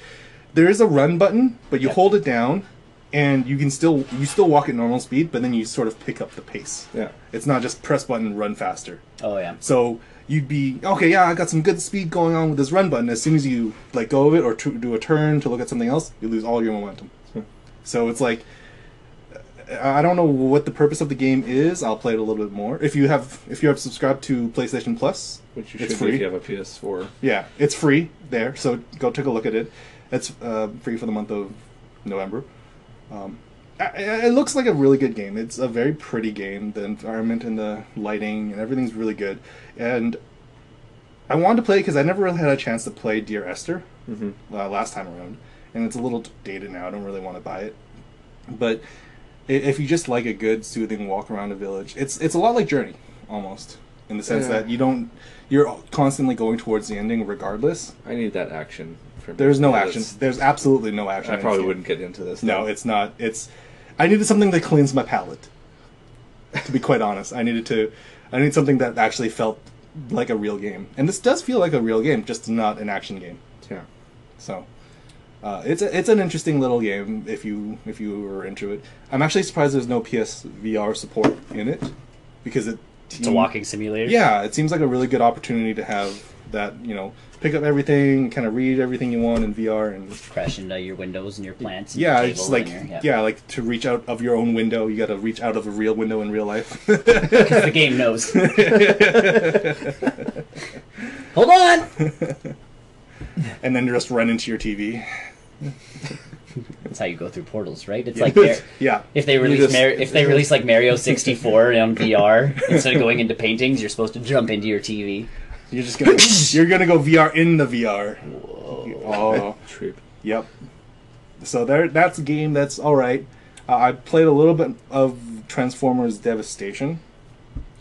there is a run button, but you
Yeah.
hold it down and you can still you still walk at normal speed, but then you sort of pick up the pace.
Yeah.
It's not just press button run faster.
Oh yeah.
So you'd be okay. Yeah, I got some good speed going on with this run button. As soon as you let go of it or to, do a turn to look at something else, you lose all your momentum. So it's like I I don't know what the purpose of the game is. I'll play it a little bit more. If you have if you have subscribed to PlayStation Plus,
Which you
it's
should do
free.
if you have a PS4.
Yeah, it's free there. So go take a look at it. It's uh, free for the month of November. Um, I- I- it looks like a really good game. It's a very pretty game. The environment and the lighting and everything's really good. And I wanted to play because I never really had a chance to play Dear Esther
Mm-hmm.
uh, last time around, and it's a little dated now. I don't really want to buy it, but i- if you just like a good soothing walk around a village, it's it's a lot like Journey almost in the sense
Yeah.
that you don't you're constantly going towards the ending regardless.
I need that action. For me.
There's no
Because
action. There's absolutely no action.
I
in this
probably
game.
wouldn't get into this.
No, it's not. It's I needed something that cleans my palate. To be quite honest, I needed to. I need something that actually felt like a real game, and this does feel like a real game, just not an action game.
Yeah.
So uh, it's a, it's an interesting little game if you if you were into it. I'm actually surprised there's no PSVR support in it because it
It's a walking simulator.
Yeah, it seems like a really good opportunity to have that you know pick up everything, kind of read everything you want in VR and
Crash into your windows and your plants. And
yeah,
your
it's just
table
like
and your-
yeah. like to reach out of your own window, you got to reach out of a real window in real life.
the game knows. Hold on.
and then just run into your TV.
That's how you go through portals, right? It's like Mar-
Yeah.
if they release
just-
Mar- if they release like Mario sixty four on VR instead of going into paintings, you're supposed to jump into your TV.
You're just gonna you're gonna go VR in the VR. Oh,
Trip.
Yep. So there, that's a game that's all right. Uh, I played a little bit of Transformers Devastation.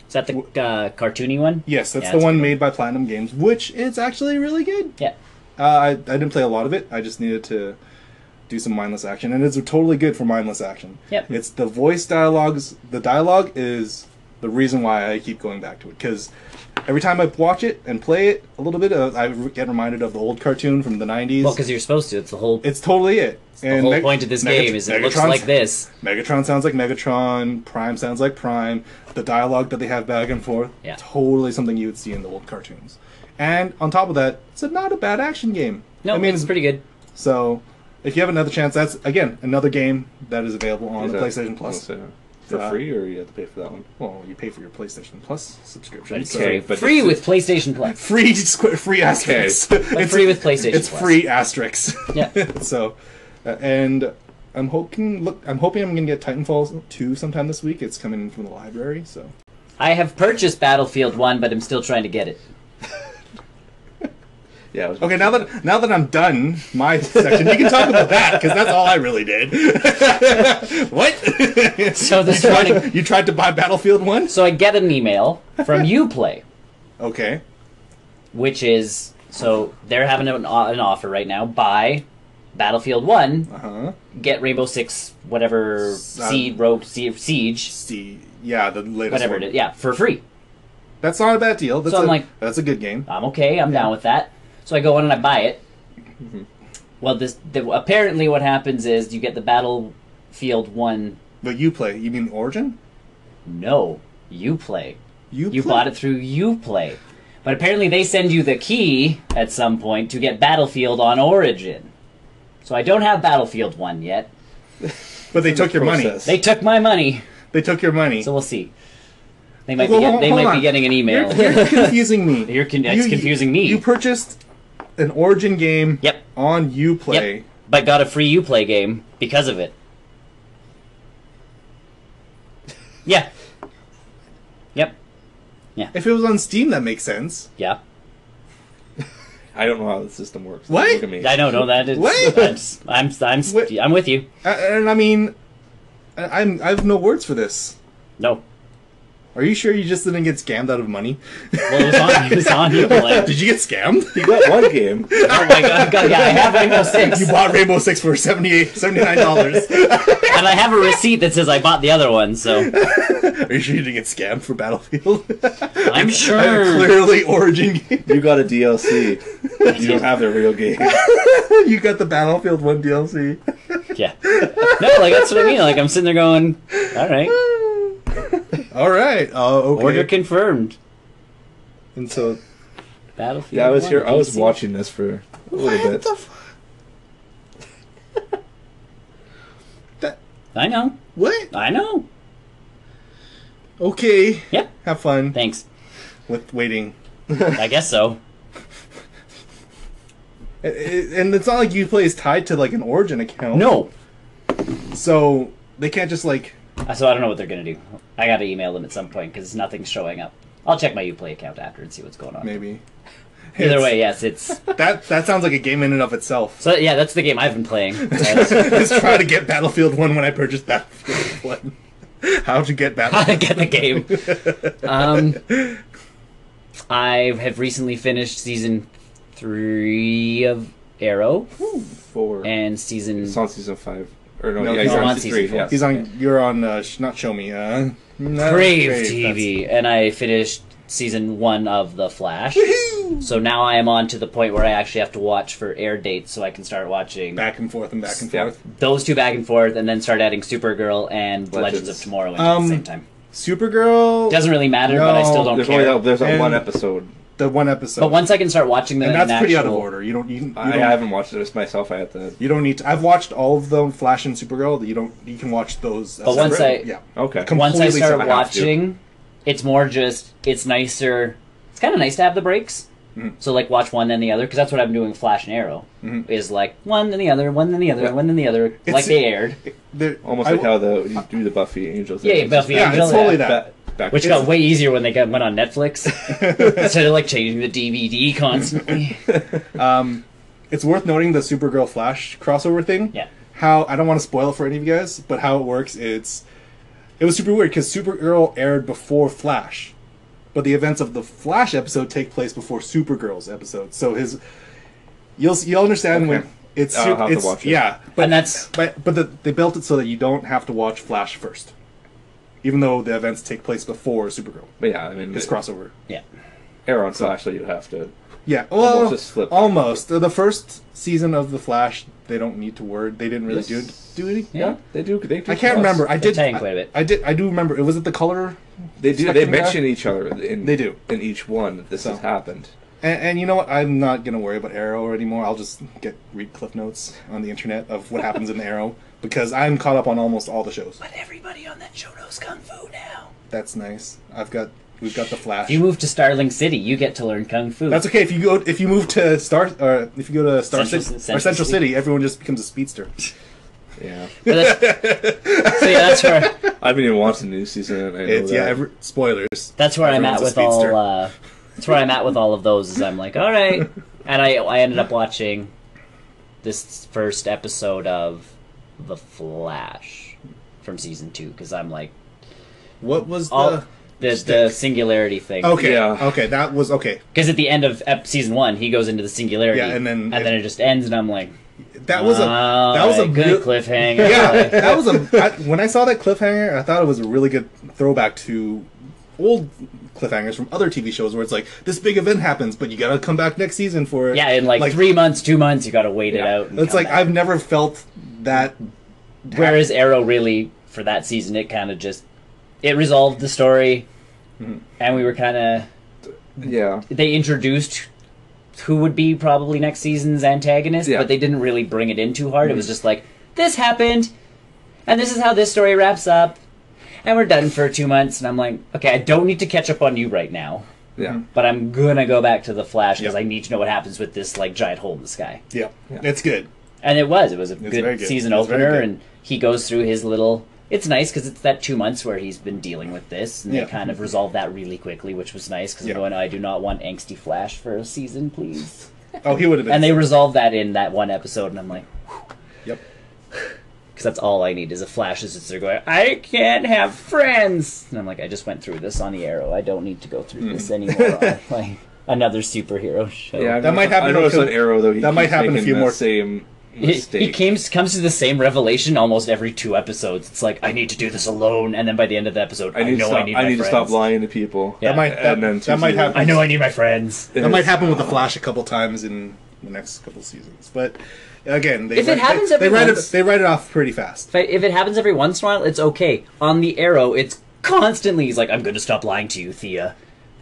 Is that the uh, cartoony one?
Yes, that's
Yeah,
the
that's
one
good.
made by Platinum Games, which it's actually really good.
Yeah.
Uh, I, I didn't play a lot of it. I just needed to do some mindless action, and it's totally good for mindless action.
Yep.
It's the voice dialogues. The dialogue is the reason why I keep going back to it because every time I watch it and play it a little bit, uh, I get reminded of the old cartoon from the '90s.
Well, because you're supposed to. It's the whole
it's totally it.
the whole point of this game is it looks like this.
Megatron sounds like Megatron. Prime sounds like Prime. The dialogue that they have back and forth,
Yeah.
totally something you would see in the old cartoons. And on top of that, it's a, not a bad action game.
No,
I mean,
it's pretty good.
So, if you have another chance, that's again another game that is available on
Is
the
that-
PlayStation Plus.
Plus, yeah. for
Uh,
free, or you have to pay for that one?
Well, you pay for your PlayStation Plus subscription.
But it's
so-
free,
but
free with
this
PlayStation Plus.
free squ- free asterisks. it's
free with PlayStation
It's
Plus.
free asterisks.
Yeah.
so, uh, and I'm hoping look I'm hoping I'm gonna get Titanfall two sometime this week. It's coming from the library, so
I have purchased Battlefield One, but I'm still trying to get it.
Yeah. I was
okay. Now that now that I'm done my section, you can talk about that because that's all I really did. what?
So this morning,
you tried to buy Battlefield one?
so I get an email from UPlay,
Okay.
which is so they're having an, o- an offer right now. Buy Battlefield One,
Uh huh.
get Rainbow Six, whatever
um,
Siege, Rogue Sie- Siege,
See, yeah, the latest
whatever
one.
it is. Yeah, for free.
That's not a bad deal. That's
So
a,
I'm like-
that's a good game.
I'm okay. I'm down with that. So I go in and I buy it.
Mm-hmm.
Well, this the, apparently what happens is you get the Battlefield One.
But you play? You mean Origin?
No, you play.
You
You
play?
bought it through UPlay. But apparently they send you the key at some point to get Battlefield on Origin. So I don't have Battlefield 1 yet.
But they took your money.
process.
They took my money,
They took your money.
so we'll see. They might
Well,
be get,
hold-
they
hold
might
on.
be getting an email.
You're, you're confusing me.
You're con- it's confusing me.
You purchased an Origin game
Yep.
on UPlay.
Yep. But got a free UPlay game because of it. Yeah. Yep.
If it was on Steam, that makes sense.
Yeah.
I don't know how the system works.
What?
Look at me.
I don't know that. It's,
What?
I'm, I'm, I'm,
What?
I'm with you.
Uh, and I mean, I, I'm I have no words for this.
No.
Are you sure you just didn't get scammed out of money?
Well, uh, it was on, it was on UPlay.
Did you get scammed?
You got one game.
Oh my god, god, yeah, I have Rainbow Six.
you bought Rainbow Six for 78 $79.
And I have a receipt that says I bought the other one, so
Are you sure you didn't get scammed for Battlefield?
I'm sure.
Clearly, Origin game.
You got a DLC. You don't have the real game.
you got the Battlefield 1 DLC.
Yeah. No, like that's what I mean. Like I'm sitting there going, Alright.
All right. Uh, okay.
Order confirmed.
and so
Battlefield.
Yeah, I was
1,
here. I was
PC.
watching this for a little bit.
fuck? that
I know.
what?
I know.
Okay.
Yeah.
Have fun
Thanks.
with waiting.
I guess so.
I- I- And it's not like Uplay is tied to like an Origin account.
No.
So they can't just like.
Uh, So I don't know what they're gonna do. I gotta email them at some point because nothing's showing up. I'll check my Uplay account after and see what's going on.
Maybe.
Either
It's-
way, yes, it's
That that sounds like a game in and of itself.
so. Yeah, that's the game I've been playing.
Let's try to get Battlefield One when I purchased Battlefield One. How to get
I
Battlefield?
get the game. Um, I have recently finished season three of Arrow
Four.
and season.
It's on season five. Or no,
No,
yeah,
he's
he's
on
on
season
season three.
four.
Yes.
He's on. You're on. Uh, sh- not show me. Uh, no,
Crave
Crave,
TV, and I finished season one of The Flash. So now I am on to the point where I actually have to watch for air dates so I can start watching
Back and forth and back and
Yeah.
forth.
those two back and forth, and then start adding Supergirl and Legends,
Legends.
of Tomorrow at
Um,
the same time.
Supergirl.
Doesn't really matter, but I still
no,
don't
There's
care.
only that, there's that
And-
one episode.
the one episode.
but once I can start watching them,
and
in
that's pretty out of
actual-
order. You don't. You, you
I, I
don't
haven't watched it myself. I had to.
You don't need to. I've watched all of them, Flash and Supergirl. You don't. You can watch those. But
once I-
yeah,
Okay.
Come-
once I
completely
start
separate.
I have to.
watching, it's more just it's nicer. It's kind of nice to have the breaks.
Mm-hmm.
So like watch one then the other because that's what I'm doing. Flash and Arrow is like one then the other, one then the other,
Yeah.
one then the other.
It's-
like they aired,
They're-
Almost
I-
like how the you do the Buffy Angels.
Yeah,
thing.
Buffy
Yeah,
Angel,
it's totally that.
yeah.
Back, back
which
to-
got way easier when they got went on Netflix instead of like changing the DVD constantly.
It's worth noting the Supergirl Flash crossover thing.
Yeah.
How I don't want to spoil it for any of you guys, but how it works, it's it was super weird because Supergirl aired before Flash, but the events of the Flash episode take place before Supergirl's episode. So his, you'll s- you'll understand
Okay.
when it's
I'll
su-
have to
it's-
watch it.
yeah, but
and that's
But but the, they built it so that you don't have to watch Flash first, even though the events take place before Supergirl.
But yeah, I mean,
It's
it's
crossover.
yeah.
Arrow and Flash, so you have to.
Yeah, well, almost.
Almost just flipped.
The the first season of the Flash, they don't need to word. They didn't really
Yes.
do do any.
Yeah.
Yeah, they do. They do
I can't
cross.
remember. I did.
tying
I,
quite a bit.
I did. I do remember. It was it the color,
They do. They
Spectrum guy?
mention each other. In,
They do.
in each one. that This
So.
has happened.
and, and you know what? I'm not gonna worry about Arrow anymore. I'll just get read cliff notes on the internet of what happens in Arrow. because I'm caught up on almost all the shows.
But everybody on that show knows kung fu now.
That's nice. I've got we've got the Flash.
If you move to Starling City, you get to learn kung fu.
That's okay if you go if you move to Star or if you go to Star
Central-
City
Central
or Central
City.
City, everyone just becomes a speedster.
Yeah.
But that's- so yeah, that's where
I haven't even watched the new season. And I know
It's yeah,
that.
every, spoilers.
that's where I'm at
Everyone's
with
a speedster.
all. Uh, that's where I'm at with all of those. Is I'm like, all right, and I I ended up watching this first episode of The Flash from season two because I'm like
What was the
all the the singularity thing.
Uh, Okay.
Yeah.
Okay, that was okay.
Because at the end of ep- season one, he goes into the singularity.
Yeah, and then
and
it-
then it just ends, and I'm like,
That was a that was a
"Alright, good
real-
cliffhanger.
Yeah, that was a. I, when I saw that cliffhanger, I thought it was a really good throwback to old cliffhangers from other TV shows where it's like this big event happens, but you gotta come back next season for it.
Yeah, in like, three months, two months, you gotta wait it
Yeah.
out. and
It's
come
like
back.
I've never felt that.
Whereas Arrow really for that season, it kind of just it resolved the story, and we were kind of
Yeah.
they introduced who would be probably next season's antagonist,
Yeah.
but they didn't really bring it in too hard. It was just like this happened, and this is how this story wraps up, and we're done for two months. And I'm like, okay, I don't need to catch up on you right now.
Mm-hmm.
Yeah.
But I'm gonna go back to the Flash because
Yeah.
I need to know what happens with this like giant hole in the sky.
Yeah,
Yeah.
it's good.
And it was. It was a
very
good,
good.
season
It was very
opener,
good.
and he goes through his little. It's nice because it's that two months where he's been dealing with this, and
Yeah.
they kind of resolved that really quickly, which was nice because
Yeah.
I'm going, I do not want angsty Flash for a season, please.
Oh, he would have been.
and they resolved that in that one episode, and I'm like,
Yep.
because that's all I need is a Flash is just there going, I can't have friends, and I'm like, I just went through this on the Arrow. I don't need to go
Mm-hmm.
through this anymore. on, like another superhero show.
Yeah, I
That might
noticed-
happen
I
on
noticed
Kim-
on Arrow though. He
that might
keeps
happen a
making
few
that
more-
Same
He, he
mistake.
comes comes to the same revelation almost every two episodes. It's like I need to do this alone, and then by the end of the episode, I,
I need,
know
to stop,
I need.
I
my
need to
friends.
stop lying to people.
Yeah.
That might that,
And then two
that might
seasons.
happen.
I know I need my friends.
that might
It's-
happen with the Flash a couple times in the next couple seasons, but again, they
If it
write-
happens
they,
every
they write it
once-
they write it off pretty fast.
If, I- if it happens every once in a while, it's okay. On the Arrow, it's constantly. He's like, I'm going to stop lying to you, Thea.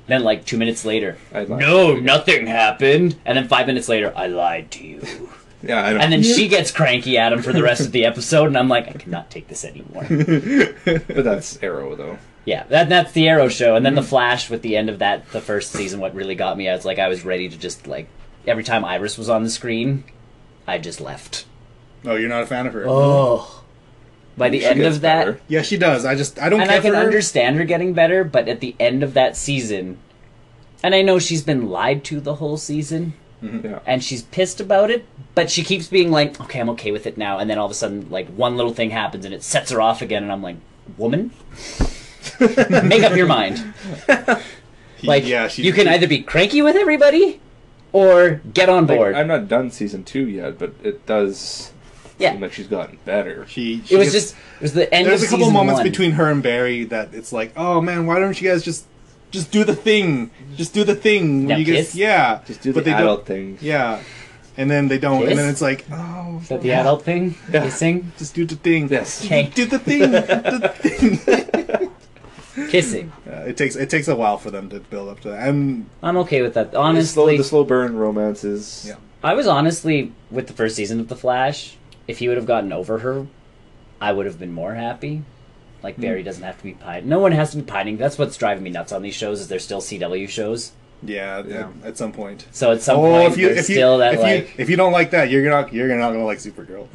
Then like two minutes later,
I lied.
no, nothing happened. And then five minutes later, I lied to you.
Yeah, I know.
And then she gets cranky at him for the rest of the episode, and I'm like, I cannot take this anymore.
but that's Arrow though.
Yeah, that that's the Arrow show, and then the Flash with the end of that the first season. What really got me, I was like, I was ready to just like every time Iris was on the screen, I just left.
Oh, you're not a fan of her.
Oh, by the
She
end
gets
of that,
better.
Yeah, she does. I just I don't
and
care
I can
for her.
understand her getting better, but at the end of that season, and I know she's been lied to the whole season,
Yeah.
and she's pissed about it, but she keeps being like, okay, I'm okay with it now, and then all of a sudden, like one little thing happens and it sets her off again, and I'm like, woman, make up your mind. Like,
yeah, she,
you can
she-
either be cranky with everybody or get on
Like,
board.
I'm not done season two yet, but it does
yeah,
seem like she's gotten better.
She, she
it was
gets-
just it was the end.
there's
of
a couple
season
moments
one.
between her and Barry that it's like, oh man, why don't you guys just just do the thing, just do the thing when
Now
you guys-
kiss?
yeah,
Just do
but
the
they
adult
don't,
thing.
yeah, and then they don't,
Kiss?
and then it's like, oh,
Is that the adult thing,
Yeah.
kissing,
just do the thing,
Yes.
Just do the thing, do the thing.
kissing.
Yeah, Uh, it takes it takes a while for them to build up to that, and
I'm okay with that.
The slow,
Honestly,
the slow burn romances.
yeah,
I was honestly with the first season of The Flash. If he would have gotten over her, I would have been more happy. Like Barry
Hmm.
doesn't have to be pining. No one has to be pining. That's what's driving me nuts on these shows. Is they're still CW shows.
yeah,
Yeah.
At, at some point.
So at some
Oh,
point,
if you
there's
if you,
still that
if,
like.
you if you don't like that, you're not you're not gonna like Supergirl.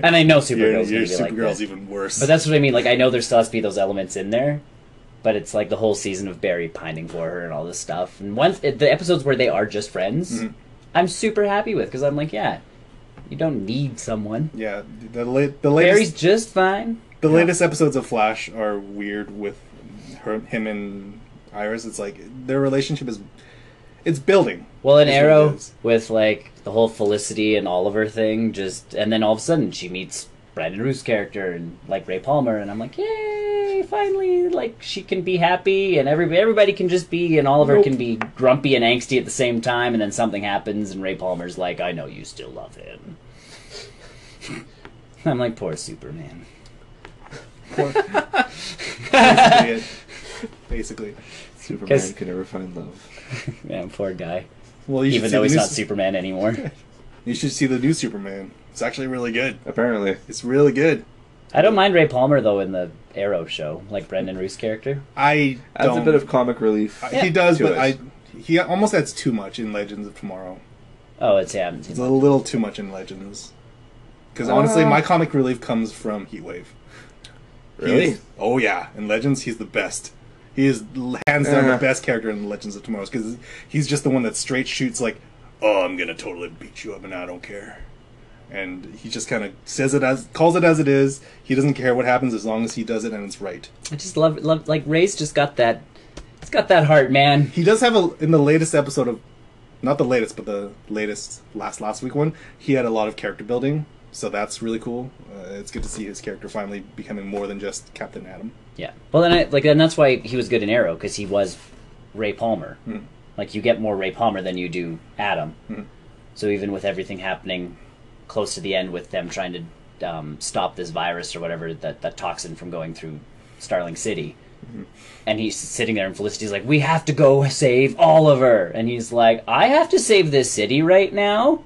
and I know
Your,
Supergirl's
your
going to be like
Supergirl's
that.
even worse.
But that's what I mean. Like I know there still has to be those elements in there, but it's like the whole season of Barry pining for her and all this stuff. And once it- the episodes where they are just friends, I'm super happy with because I'm like, yeah, you don't need someone.
yeah, the la- the
Barry's
latest
just fine.
the latest episodes of Flash are weird with her, him and Iris. It's like their relationship is it's building.
Well, an
Is what it
arrow
is.
with like the whole Felicity and Oliver thing, just and then all of a sudden she meets Brandon Roof's character and like Ray Palmer, and I'm like, yay! Finally, like she can be happy, and everybody everybody can just be, and Oliver
Nope.
can be grumpy and angsty at the same time, and then something happens, and Ray Palmer's like, I know you still love him. I'm like, poor Superman.
Basically, it- basically.
Superman
Guess-
can never find love.
Man, poor guy.
Well, you should
Even
see
though
the
he's
new
not
s-
Superman anymore.
You should see the new Superman. It's actually really good.
Apparently,
It's really good.
I don't mind Ray Palmer though in the Arrow show, like Brendan Roof's character.
I
adds
don't.
a bit of comic relief.
he does,
to
but
us.
I he almost adds too much in Legends of Tomorrow.
Oh, it's yeah, I haven't seen
It's a little too much in Legends. Because honestly,
Ah.
my comic relief comes from Heatwave. He
really,
is- oh yeah, in Legends he's the best. He is l- hands down
Uh.
the best character in Legends of Tomorrow because he's just the one that straight shoots like, "Oh, I'm gonna totally beat you up and I don't care," and he just kind of says it as calls it as it is. He doesn't care what happens as long as he does it and it's right.
I just love love like Ray's just got that he's got that heart, man.
He does have a in the latest episode of, not the latest, but the latest last last week one. He had a lot of character building, so that's really cool. Uh, it's good to see his character finally becoming more than just Captain Atom.
Yeah. Well, then I like and that's why he was good in Arrow because he was Ray Palmer. Like you get more Ray Palmer than you do Adam. So even with everything happening close to the end with them trying to um, stop this virus or whatever that that toxin from going through Starling City. And he's sitting there, and Felicity's like, "We have to go save Oliver," and he's like, "I have to save this city right now.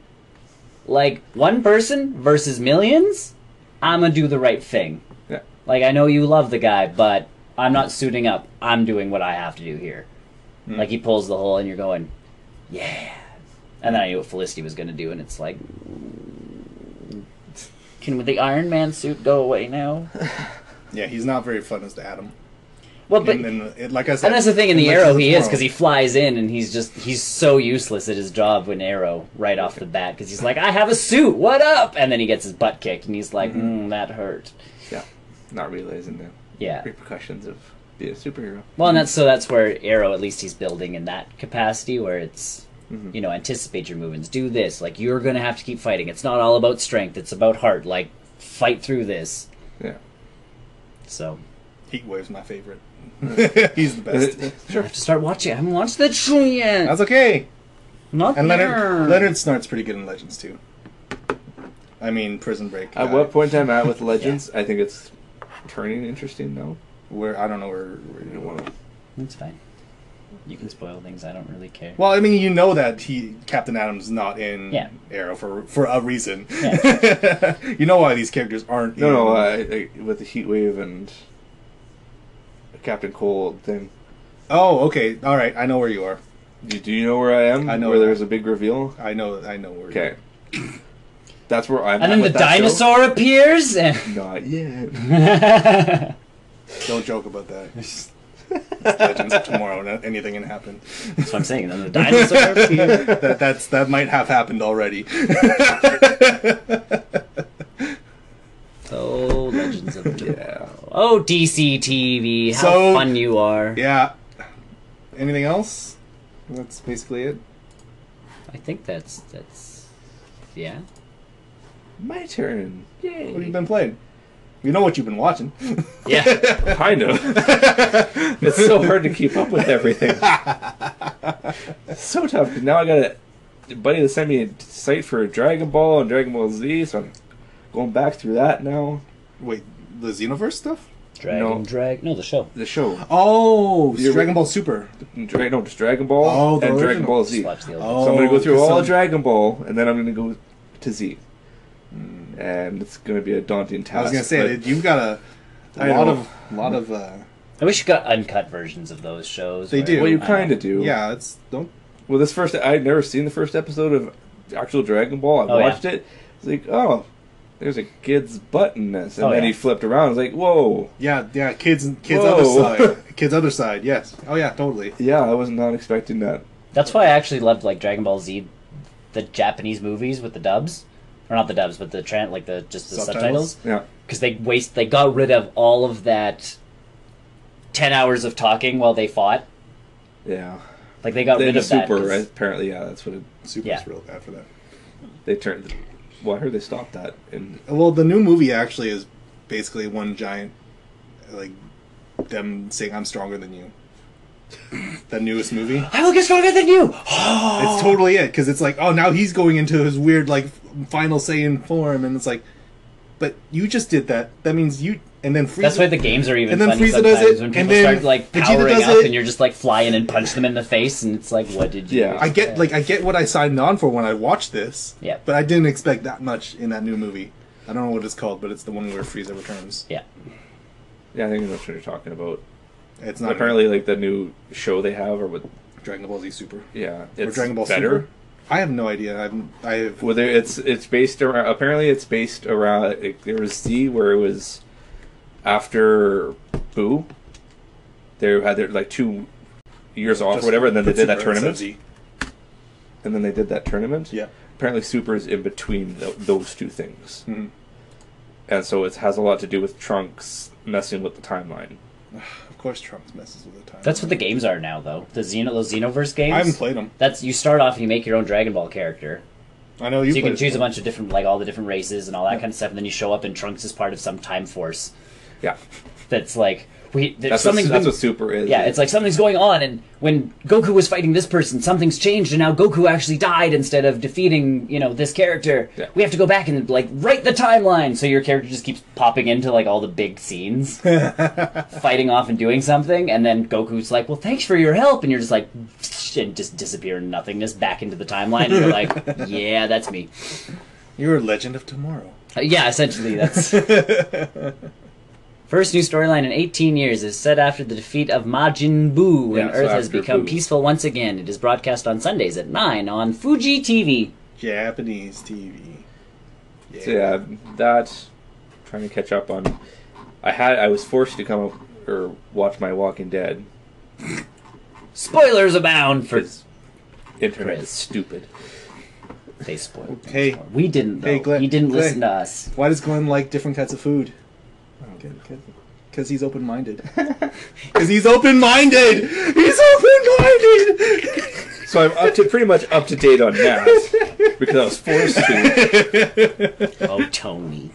Like one person versus millions. I'm gonna do the right thing."
yeah.
Like I know you love the guy, but I'm not suiting up. I'm doing what I have to do here. Like he pulls the hole, and you're going, yeah. And then I knew what Felicity was going to do, and it's like, can the Iron Man suit go away now?
Yeah, he's not very fun as the Atom.
Well, but
and
and,
then, it, like I said,
that's the thing in
it
the
lets
Arrow,
us
he is
grow.
because he flies in, and he's just he's so useless at his job when Arrow right off the bat because he's like, I have a suit, what up? And then he gets his butt kicked, and he's like, mm, that hurt.
yeah, not realizing the
Yeah.
repercussions of being a superhero.
Well, and that's so that's where Arrow at least he's building in that capacity where it's
Hmm. Mm-hmm.
you know anticipate your movements, do this. Like you're going to have to keep fighting. It's not all about strength; it's about heart. Like fight through this.
Yeah,
So
Heatwave's my favorite. he's the best.
I
sure.
have to start watching. I haven't watched the show yet.
That's okay.
not
And
there.
Leonard Leonard Snart's pretty good in Legends too. I mean, Prison Break.
At
I-
what point I'm at with Legends, I think it's turning interesting now.
Where I don't know where. where
Wow.
That's fine. You can spoil things. I don't really care.
well, I mean, you know that he Captain Adam's not in
Yeah.
Arrow for for a reason. you know why these characters aren't.
No, no,
in-
I, I, with the heat wave and Captain Cold thing.
oh, okay. All right. I know where you are.
Do, do you know where I am?
I know
where
that.
there's a big reveal.
I know. I know where.
Okay, that's where I'm.
and
at
then the
with that show.
dinosaur appears. and-
Not yet.
You are. Don't joke about that. It's Legends of tomorrow, not- anything can happen.
that's what I'm saying. Then the dinosaur appears.
that that's that might have happened already.
Oh, Legends of Tomorrow.
yeah.
Oh, DC TV, how
So-
fun you are.
yeah. Anything else? That's basically it.
I think that's that's yeah.
My turn.
What have you been playing? You know what you've been watching.
Yeah.
Kind of. it's so hard to keep up with everything. so tough. 'cause Now I got a buddy that sent me a site for Dragon Ball and Dragon Ball Z, so I'm going back through that now.
Wait, the Xenoverse stuff?
Dragon
No.
Drag No the show.
The show.
Oh,
The ori-
Dragon Ball Super.
Dra- no, just Dragon Ball
Oh, the
and Dragon
original.
Ball Z.
Slaps the old
Oh.
So I'm gonna go through
Oh,
all
so-
Dragon Ball, and then I'm gonna go to Z, and it's gonna be a daunting task.
I was gonna say
but
that you've got a,
I
lot
know.
of lot of uh,
I wish you got uncut versions of those shows.
They
where-
do.
Well, you
I don't
kind of do.
yeah. It's don't
Well, this first I'd never seen the first episode of actual Dragon Ball. I
Oh, yeah.
watched it. It's like, oh, there's a kid's butt in this, and
Oh,
then
yeah.
he flipped around. I was like, whoa,
yeah yeah kids kids
Whoa.
other side kids other side yes oh yeah totally
yeah, I was not expecting that.
That's why I actually loved like Dragon Ball Z, the Japanese movies with the dubs, or not the dubs, but the tran like the just the
Subtitles?
subtitles,
Yeah,
because they waste they got rid of all of that. Ten hours of talking while they fought.
yeah.
Like they got
Then
rid
the
of that.
super
'cause-
right? apparently, yeah, that's what it,
Super's
Yeah.
real bad for that.
they turned. Well, I heard they stopped that, and
Well, the new movie actually is basically one giant like them saying I'm stronger than you. the newest movie.
I will get stronger than you. Oh.
It's totally it because it's like, oh, now he's going into his weird like final Saiyan form, and it's like, but you just did that. That means you and then Frieza.
That's why the games are even
And then
funny
Frieza does it,
sometimes when
and
people
then
start like
Vegeta
powering
does
up
it.
and you're just like flying and punch them in the face and it's like what did you
Yeah.
do?
I get like I get what I signed on for when I watched this.
Yeah.
But I didn't expect that much in that new movie. I don't know what it's called, but it's the one where Frieza returns.
yeah.
Yeah, I think that's what you're talking about.
It's not
Apparently, like the new show they have, or what?
Dragon Ball Z Super.
Yeah,
Or
it's
Dragon Ball
better.
Super. I have no idea. I'm I have
Whether it's it's based around. Apparently, it's based around. It, there was Z where it was after Boo. They had their like two years off or
just
whatever, and then they
put
did that
Super instead
tournament.
of Z.
And then they did that tournament.
Yeah.
Apparently, Super is in between tho- those two things,
Mhm.
and so it has a lot to do with Trunks messing with the timeline.
Of course Trunks messes with the time.
That's what the games are now though. The Xeno those Xenoverse games.
I haven't played them.
That's you start off and you make your own Dragon Ball character.
I know you,
So you can
played
choose a
them.
bunch of different like all the different races and all that kind of stuff and then you show up and Trunks is part of some time force
Yeah,
that's like we there's
that's,
something's
what, that's
been-
what Super is.
Yeah, it's like something's going on, and when Goku was fighting this person, something's changed, and now Goku actually died instead of defeating, you know, this character.
Yeah.
We have to go back and like write the timeline, so your character just keeps popping into like all the big scenes, fighting off and doing something, and then Goku's like, "Well, thanks for your help," and you're just like, and just disappear in nothingness back into the timeline, and you're like, "Yeah, that's me."
You're a legend of tomorrow.
Uh, Yeah, essentially, that's. First new storyline in 18 years is set after the defeat of Majin Buu when
Yeah, so
Earth has
after
become
Buu.
peaceful once again. It is broadcast on Sundays at 9 on Fuji TV.
Japanese TV.
So yeah, that trying to catch up on. I had I was forced to come up or watch my Walking Dead
Spoilers abound for.
because internet
Chris.
is stupid.
They spoiled.
Hey,
We didn't, though.
Hey, Glenn-
you didn't
Glenn.
listen to us.
why does Glenn like different kinds of food? Because he's open minded. Because he's open minded! He's open minded!
So I'm up to pretty much up to date on that because I was forced to.
Oh, Tony.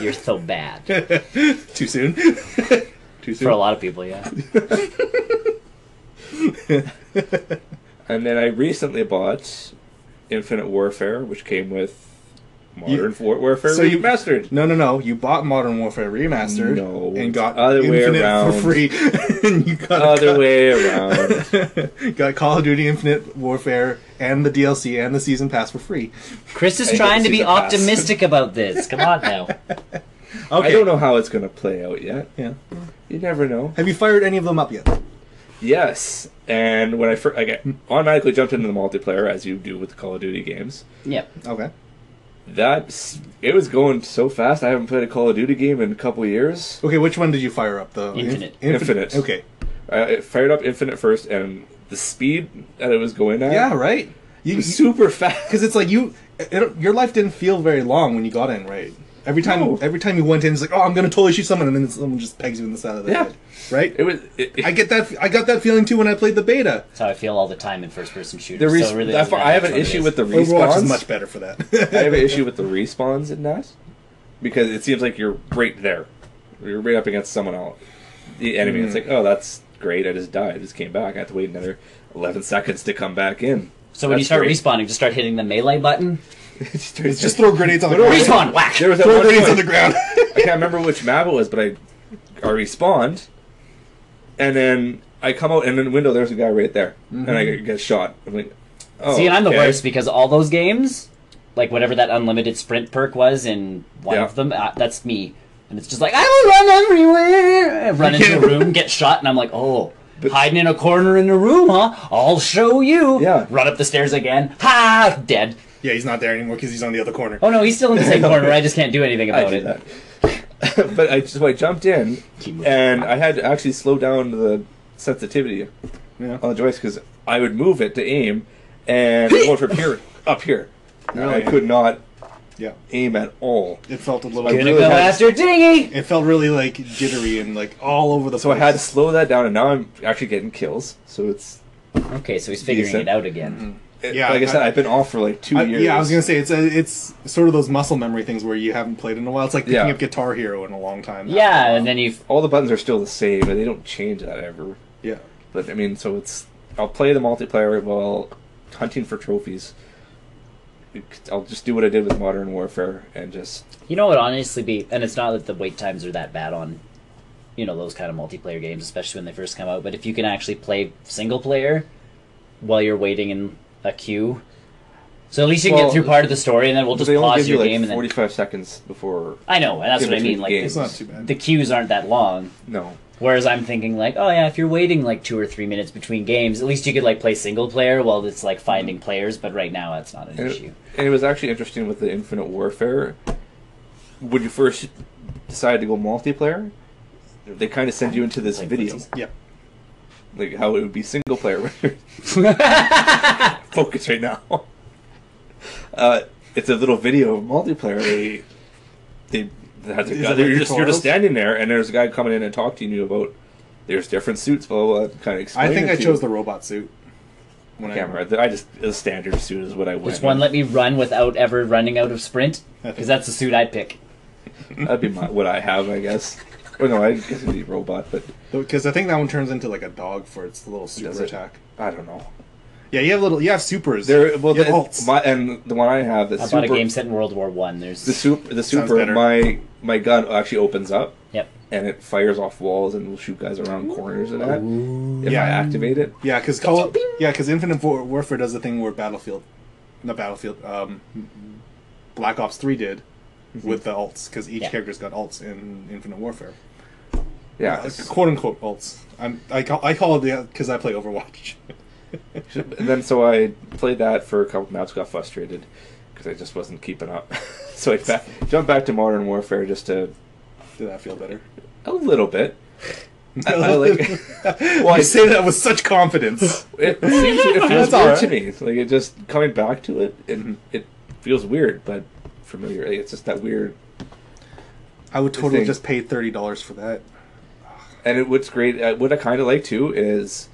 You're so bad.
Too soon? Too soon?
For a lot of people, yeah.
And then I recently bought Infinite Warfare, which came with Modern War- Warfare
so you-
remastered.
No, no, no. You bought Modern Warfare Remastered
No,
and
it's
got
other way
Infinite
around.
for free. and you got
Other way around.
got Call of Duty Infinite Warfare and the DLC and the season pass for free.
Chris is
I
trying to
didn't see
be
the pass.
optimistic about this. Come on now.
Okay.
I don't know how it's going to play out yet.
Yeah.
You never know.
Have you fired any of them up yet?
Yes, and when I first I get- automatically jumped into the multiplayer as you do with Call of Duty games.
Yep.
Okay.
That's it was going so fast. I haven't played a Call of Duty game in a couple years.
Okay, which one did you fire up though?
Infinite.
Infinite.
Okay.
I I fired up Infinite first, and the speed that it was going at,
Yeah, right. You,
was super fast.
because it's like you, it, your life didn't feel very long when you got in, right? Every time,
No.
every time you went in, it's like, oh, I'm gonna totally shoot someone, and then someone just pegs you in the side of the
Yeah.
head, right?
It was. It, it-
I get that. I got that feeling too when I played the beta.
That's how I feel all the time in first person
the
shooters.
res-
so it really
I,
doesn't
I
matter
have
which
an
one it
issue
is.
with the
Overwatch
respawns.
is much better for
I have an
that.
issue with the respawns in that because it seems like you're right there. You're right up against someone else, the enemy. It's like,
Mm-hmm.
oh, that's great. I just died. I just came back. I have to wait another eleven seconds to come back in.
So when you
That's
start
great.
respawning, just start hitting the melee button.
It's
just throw grenades on the ground.
Respawn, whack.
There was that
Throw
one
grenades
point-
on the ground.
I can't remember which map it was, but I I respawned, and then I come out and in the window there's a guy right there, and I get- get shot. I'm like, oh,
Mm-hmm. See, and I'm the
okay.
worst because all those games, like whatever that unlimited sprint perk was in one
Yeah.
of them, uh, that's me. And it's just like I will run everywhere, I run into a
can't-
room, get shot, and I'm like, oh, hiding in a corner in the room, huh? I'll show you.
Yeah.
Run up the stairs again. Ha! Dead.
yeah, he's not there anymore because he's on the other corner.
Oh no, he's still in the same corner. I just can't do anything
I
about
did
it.
that. but I just so I jumped in,
Keep moving.
and I had to actually slow down the sensitivity
Yeah.
on the joystick because I would move it to aim, and it went from here up here. And I
Really?
could not
Yeah,
aim at all.
it felt a little.
Gonna
Gonna
really
go
had-
after dinghy.
It felt really like jittery and like all over the.
So I had to slow that down, and now I'm actually getting kills. So it's
Okay, so he's figuring
Decent. Mm-hmm.
it out again.
it-
Yeah,
like I, said,
I-
I've been off for like two
I-
years.
yeah, I was gonna say it's a, it's sort of those muscle memory things where you haven't played in a while. It's like picking
Yeah.
up Guitar Hero in a long time.
Yeah, and then you
all the buttons are still the same, and they don't change that ever.
yeah.
But I mean, so it's I'll play the multiplayer while hunting for trophies. I'll just do what I did with Modern Warfare and just
You know what? Honestly, be and it's not that the wait times are that bad on, you know, those kind of multiplayer games, especially when they first come out. But if you can actually play single player while you're waiting in a queue, so at least you can
Well,
get through part of the story, and then we'll just
they only
pause
give you
your
like
game. And then
45 seconds before.
I know, and that's
in
what I
between
mean. Like
It's
games.
not too bad.
the queues aren't that long.
No,
Whereas I'm thinking like, oh yeah, if you're waiting like two or three minutes between games, at least you could like play single player while it's like finding players. But right now, that's not an
and Mm. it,
issue.
and it was actually interesting with the Infinite Warfare. When you first decide to go multiplayer, they kind of send you into this
Like,
video,
Yep.
like how it would be single player. Focus right now. Uh, it's a little video of multiplayer. They they that's a
Is that
guy,
what
you're
you
just
call
you're
those?
just standing there, and there's a guy coming in and talking to you about there's different suits. Blah blah. blah kind of.
I think I chose
the.
the robot suit. When
camera. I just a standard suit is what I went.
This one let me run without ever running out of sprint because that's the suit I'd pick.
That'd be my, what I have, I guess. Or no, I guess it'd be robot, but
Because I think that one turns into like a dog for its little
Does
super
it?
attack.
I don't know.
Yeah, you have little. You have supers.
There, well,
you
the,
have alts.
my and the one I have, the
I
super,
bought a game set in World War One. There's
the super, the
Sounds
super,
better.
my my gun actually opens up
yep.
and it fires off walls and will shoot guys around corners and that. If
Yeah.
I activate it,
yeah, because Call. Yeah, because Infinite War- Warfare does the thing where Battlefield, not Battlefield, um, Black Ops Three did
Mm-hmm.
with the alts because each
Yeah.
character's got alts in Infinite Warfare.
yeah,
Like, quote unquote alts. I'm, I call I call it because I play Overwatch.
And then so I played that for a couple maps, got frustrated because I just wasn't keeping up. so I back, jumped back to Modern Warfare just to
Did that feel better?
a little bit. I, I like.
well,
I-
I say that with such confidence.
It seems it feels
That's all
weird to
right.
me. Like it just coming back to it, and it feels weird but familiar. Like, it's just that weird.
I would totally
thing.
just pay thirty dollars for that.
And it, what's great, uh, what I kind of like too is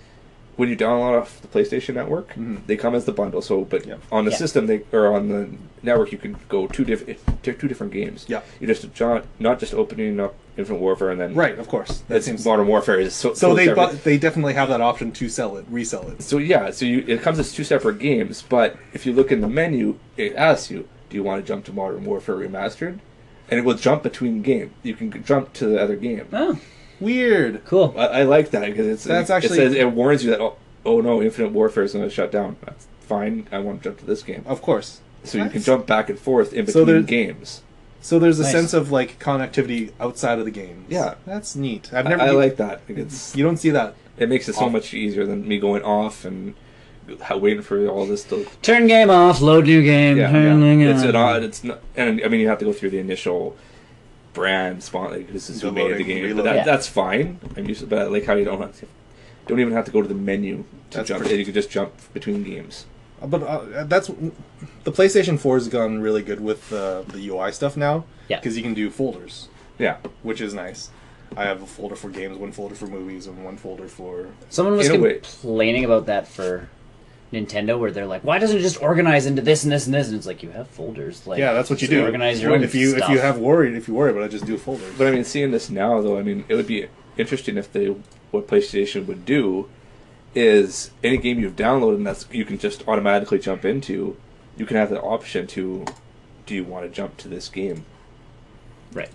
when you download off the PlayStation Network,
Mm-hmm.
they come as the bundle. So, but
Yep.
on the
Yeah.
system they or on the network, you can go two different two different games.
Yep.
you just not not just opening up Infinite Warfare and then
Right, of course. That
That's
seems
Modern Warfare is so
so. They
separate.
bu- they definitely have that option to sell it, resell it.
So yeah, so you, it comes as two separate games, but if you look in the menu, it asks you, "Do you want to jump to Modern Warfare Remastered?" And it will jump between game. You can jump to the other game.
Oh,
Weird.
cool.
I, I like that because it's
That's
it,
actually-
it, says, it warns you that oh, oh no, Infinite Warfare is going to shut down. That's fine. I want to jump to this game,
Of course.
so you can
Nice.
jump back and forth in
So
between
there-
games.
So there's a
Nice.
sense of like connectivity outside of the game.
Yeah.
that's neat. I've
I,
never.
I
you-
like that. Like, it's
You don't see that.
it makes it so
Off.
much easier than me going off and ha- waiting for all this to
Turn game off. Load new game.
yeah,
turn
yeah. it's
on.
an odd. It's not, and I mean you have to go through the initial brand spawn. Like this is who made the
Downloading,
game, but
reloading.
that,
Yeah.
that's fine. I'm used to, but I like how you don't have to, don't even have to go to the menu to
That's
jump.
pretty-
You can just jump between games.
But uh, that's the PlayStation 4 has gone really good with uh, the UI stuff now.
Yeah.
Because you can do folders,
Yeah,
which is nice. I have a folder for games, one folder for movies, and one folder for
Someone was
in a way-
complaining about that for Nintendo, where they're like, "Why doesn't it just organize into this and this and this?" And it's like you have folders. Like
yeah. That's what you
just
do.
Organize your own
if you
stuff.
if you have worried if you worry about it, just do folders.
but I mean, seeing this now though, I mean, it would be interesting if they what PlayStation would do is any game you've downloaded and that's you can just automatically jump into. You can have the option to, do you want to jump to this game?
right.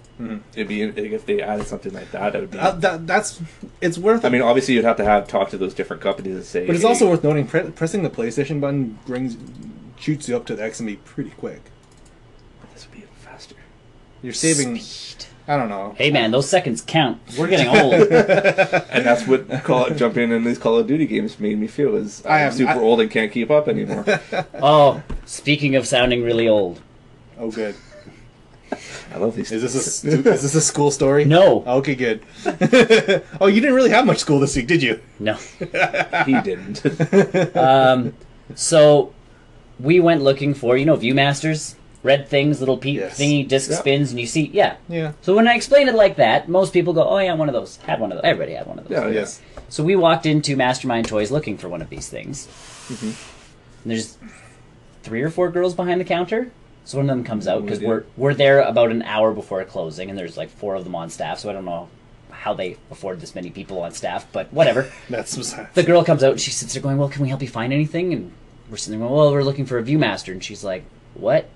It'd be like, if they added something like that. It would be
Uh, that, that's it's worth.
I mean, obviously, you'd have to have talk to those different companies and say.
But it's
"Hey,
also worth noting pre- pressing the PlayStation button brings shoots you up to the XMB pretty quick.
this would be even faster.
You're saving.
Speed.
I don't know.
Hey man, those seconds count. We're getting old.
And that's what call jumping in these Call of Duty games made me feel is I'm
I have-
super
I-
old and can't keep up anymore.
oh, speaking of sounding really old.
Oh, good.
I love these.
Is this a stu- is this a school story?
No.
Okay, good. oh, you didn't really have much school this week, did you?
No.
he didn't.
Um, so we went looking for you know ViewMasters, red things, little peep
Yes.
thingy, disc
Yeah.
spins, and you see yeah.
Yeah.
So when I explain it like that, most people go, "Oh yeah, one of those. Had one of those. Everybody had one of those."
yeah, yeah.
Oh, Yes.
So we walked into Mastermind Toys looking for one of these things.
Mm-hmm.
And there's three or four girls behind the counter. So one of them comes out because
idea.
we're we're there about an hour before closing, and there's like four of them on staff. So I don't know how they afford this many people on staff, but whatever.
That's besides.
the girl comes out and she sits there going, "Well, can we help you find anything?" And we're sitting there going, "Well, we're looking for a ViewMaster," and she's like, what?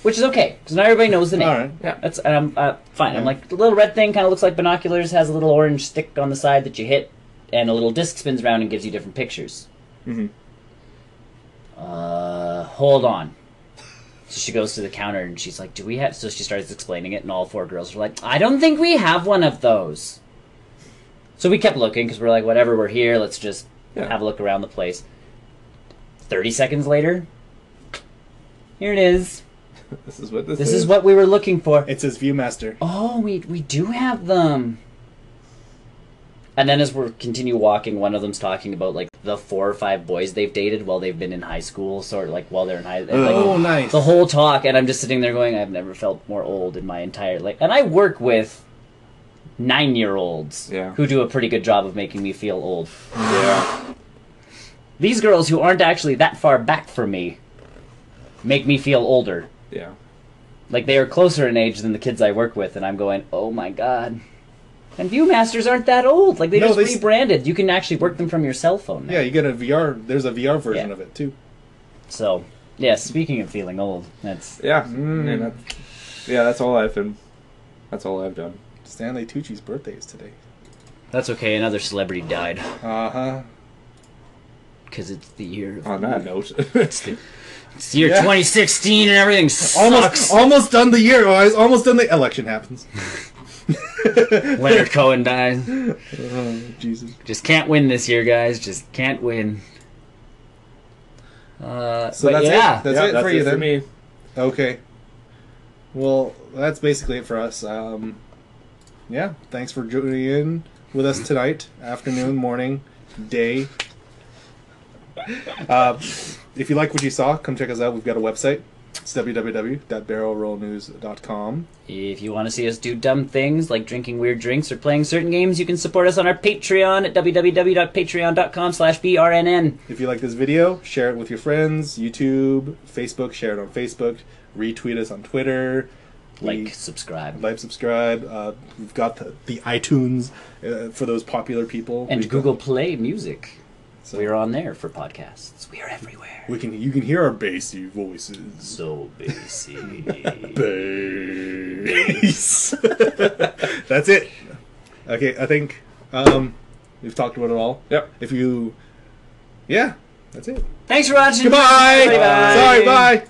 Which is okay because now everybody knows the name.
All right.
Yeah.
That's and I'm uh, fine. I'm like the little red thing kind of looks like binoculars, has a little orange stick on the side that you hit, and a little disc spins around and gives you different pictures.
Mhm.
Uh, hold on. So she goes to the counter and she's like, "Do we have?" So she starts explaining it, and all four girls are like, "I don't think we have one of those." So we kept looking because we're like, "Whatever, we're here. Let's just
Yeah.
have a look around the place." Thirty seconds later, here it is.
This is what this,
This is what we were looking for.
It says Viewmaster.
Oh, we we do have them. And then as we continue walking, one of them's talking about like the four or five boys they've dated while they've been in high school, sort of like while they're in high. and, like,
Oh, nice.
The whole talk, and I'm just sitting there going, I've never felt more old in my entire life. And I work with nine year olds
Yeah.
who do a pretty good job of making me feel old.
Yeah.
These girls who aren't actually that far back from me make me feel older.
Yeah.
Like they are closer in age than the kids I work with, and I'm going, oh my god. And Viewmasters aren't that old. Like they
No,
just
they s-
rebranded. You can actually work them from your cell phone now.
Yeah, you get a VR. There's a VR version
Yeah.
of it too.
So, yeah. Speaking of feeling old, that's
Yeah.
Mm.
And that's- yeah, that's all I've been. That's all I've done.
Stanley Tucci's birthday is today.
that's okay. Another celebrity died
Uh huh.
because it's the year. Of,
On that note,
it's the year
Yeah.
2016 and everything sucks.
Almost, almost done the year. I was almost done the election happens.
Leonard Cohen died.
Oh, Jesus.
Just can't win this year, guys. Just can't win. Uh,
So
but
that's
yeah.
it. That's
Yeah,
it for you then.
me.
Okay. Well, that's basically it for us. Um, yeah, thanks for joining in with us tonight, afternoon, morning, day. Uh, if you like what you saw, come check us out. We've got a website. It's www.barrelrollnews.com.
If you want to see us do dumb things like drinking weird drinks or playing certain games, you can support us on our Patreon at www.patreon.com slash brnn.
If you like this video, share it with your friends, YouTube, Facebook, share it on Facebook, retweet us on Twitter. We-
Like, subscribe.
like, subscribe. Uh, we've got the, the iTunes uh, for those popular people.
And
We've got-
Google Play Music.
So-
We're on there for podcasts. We are everywhere.
We can you can hear our bassy voices.
So busy.
Bass. That's it. Okay, I think um, we've talked about it all.
Yep.
If you, yeah, that's it.
Thanks for watching.
Goodbye.
Bye-bye.
Sorry. Bye.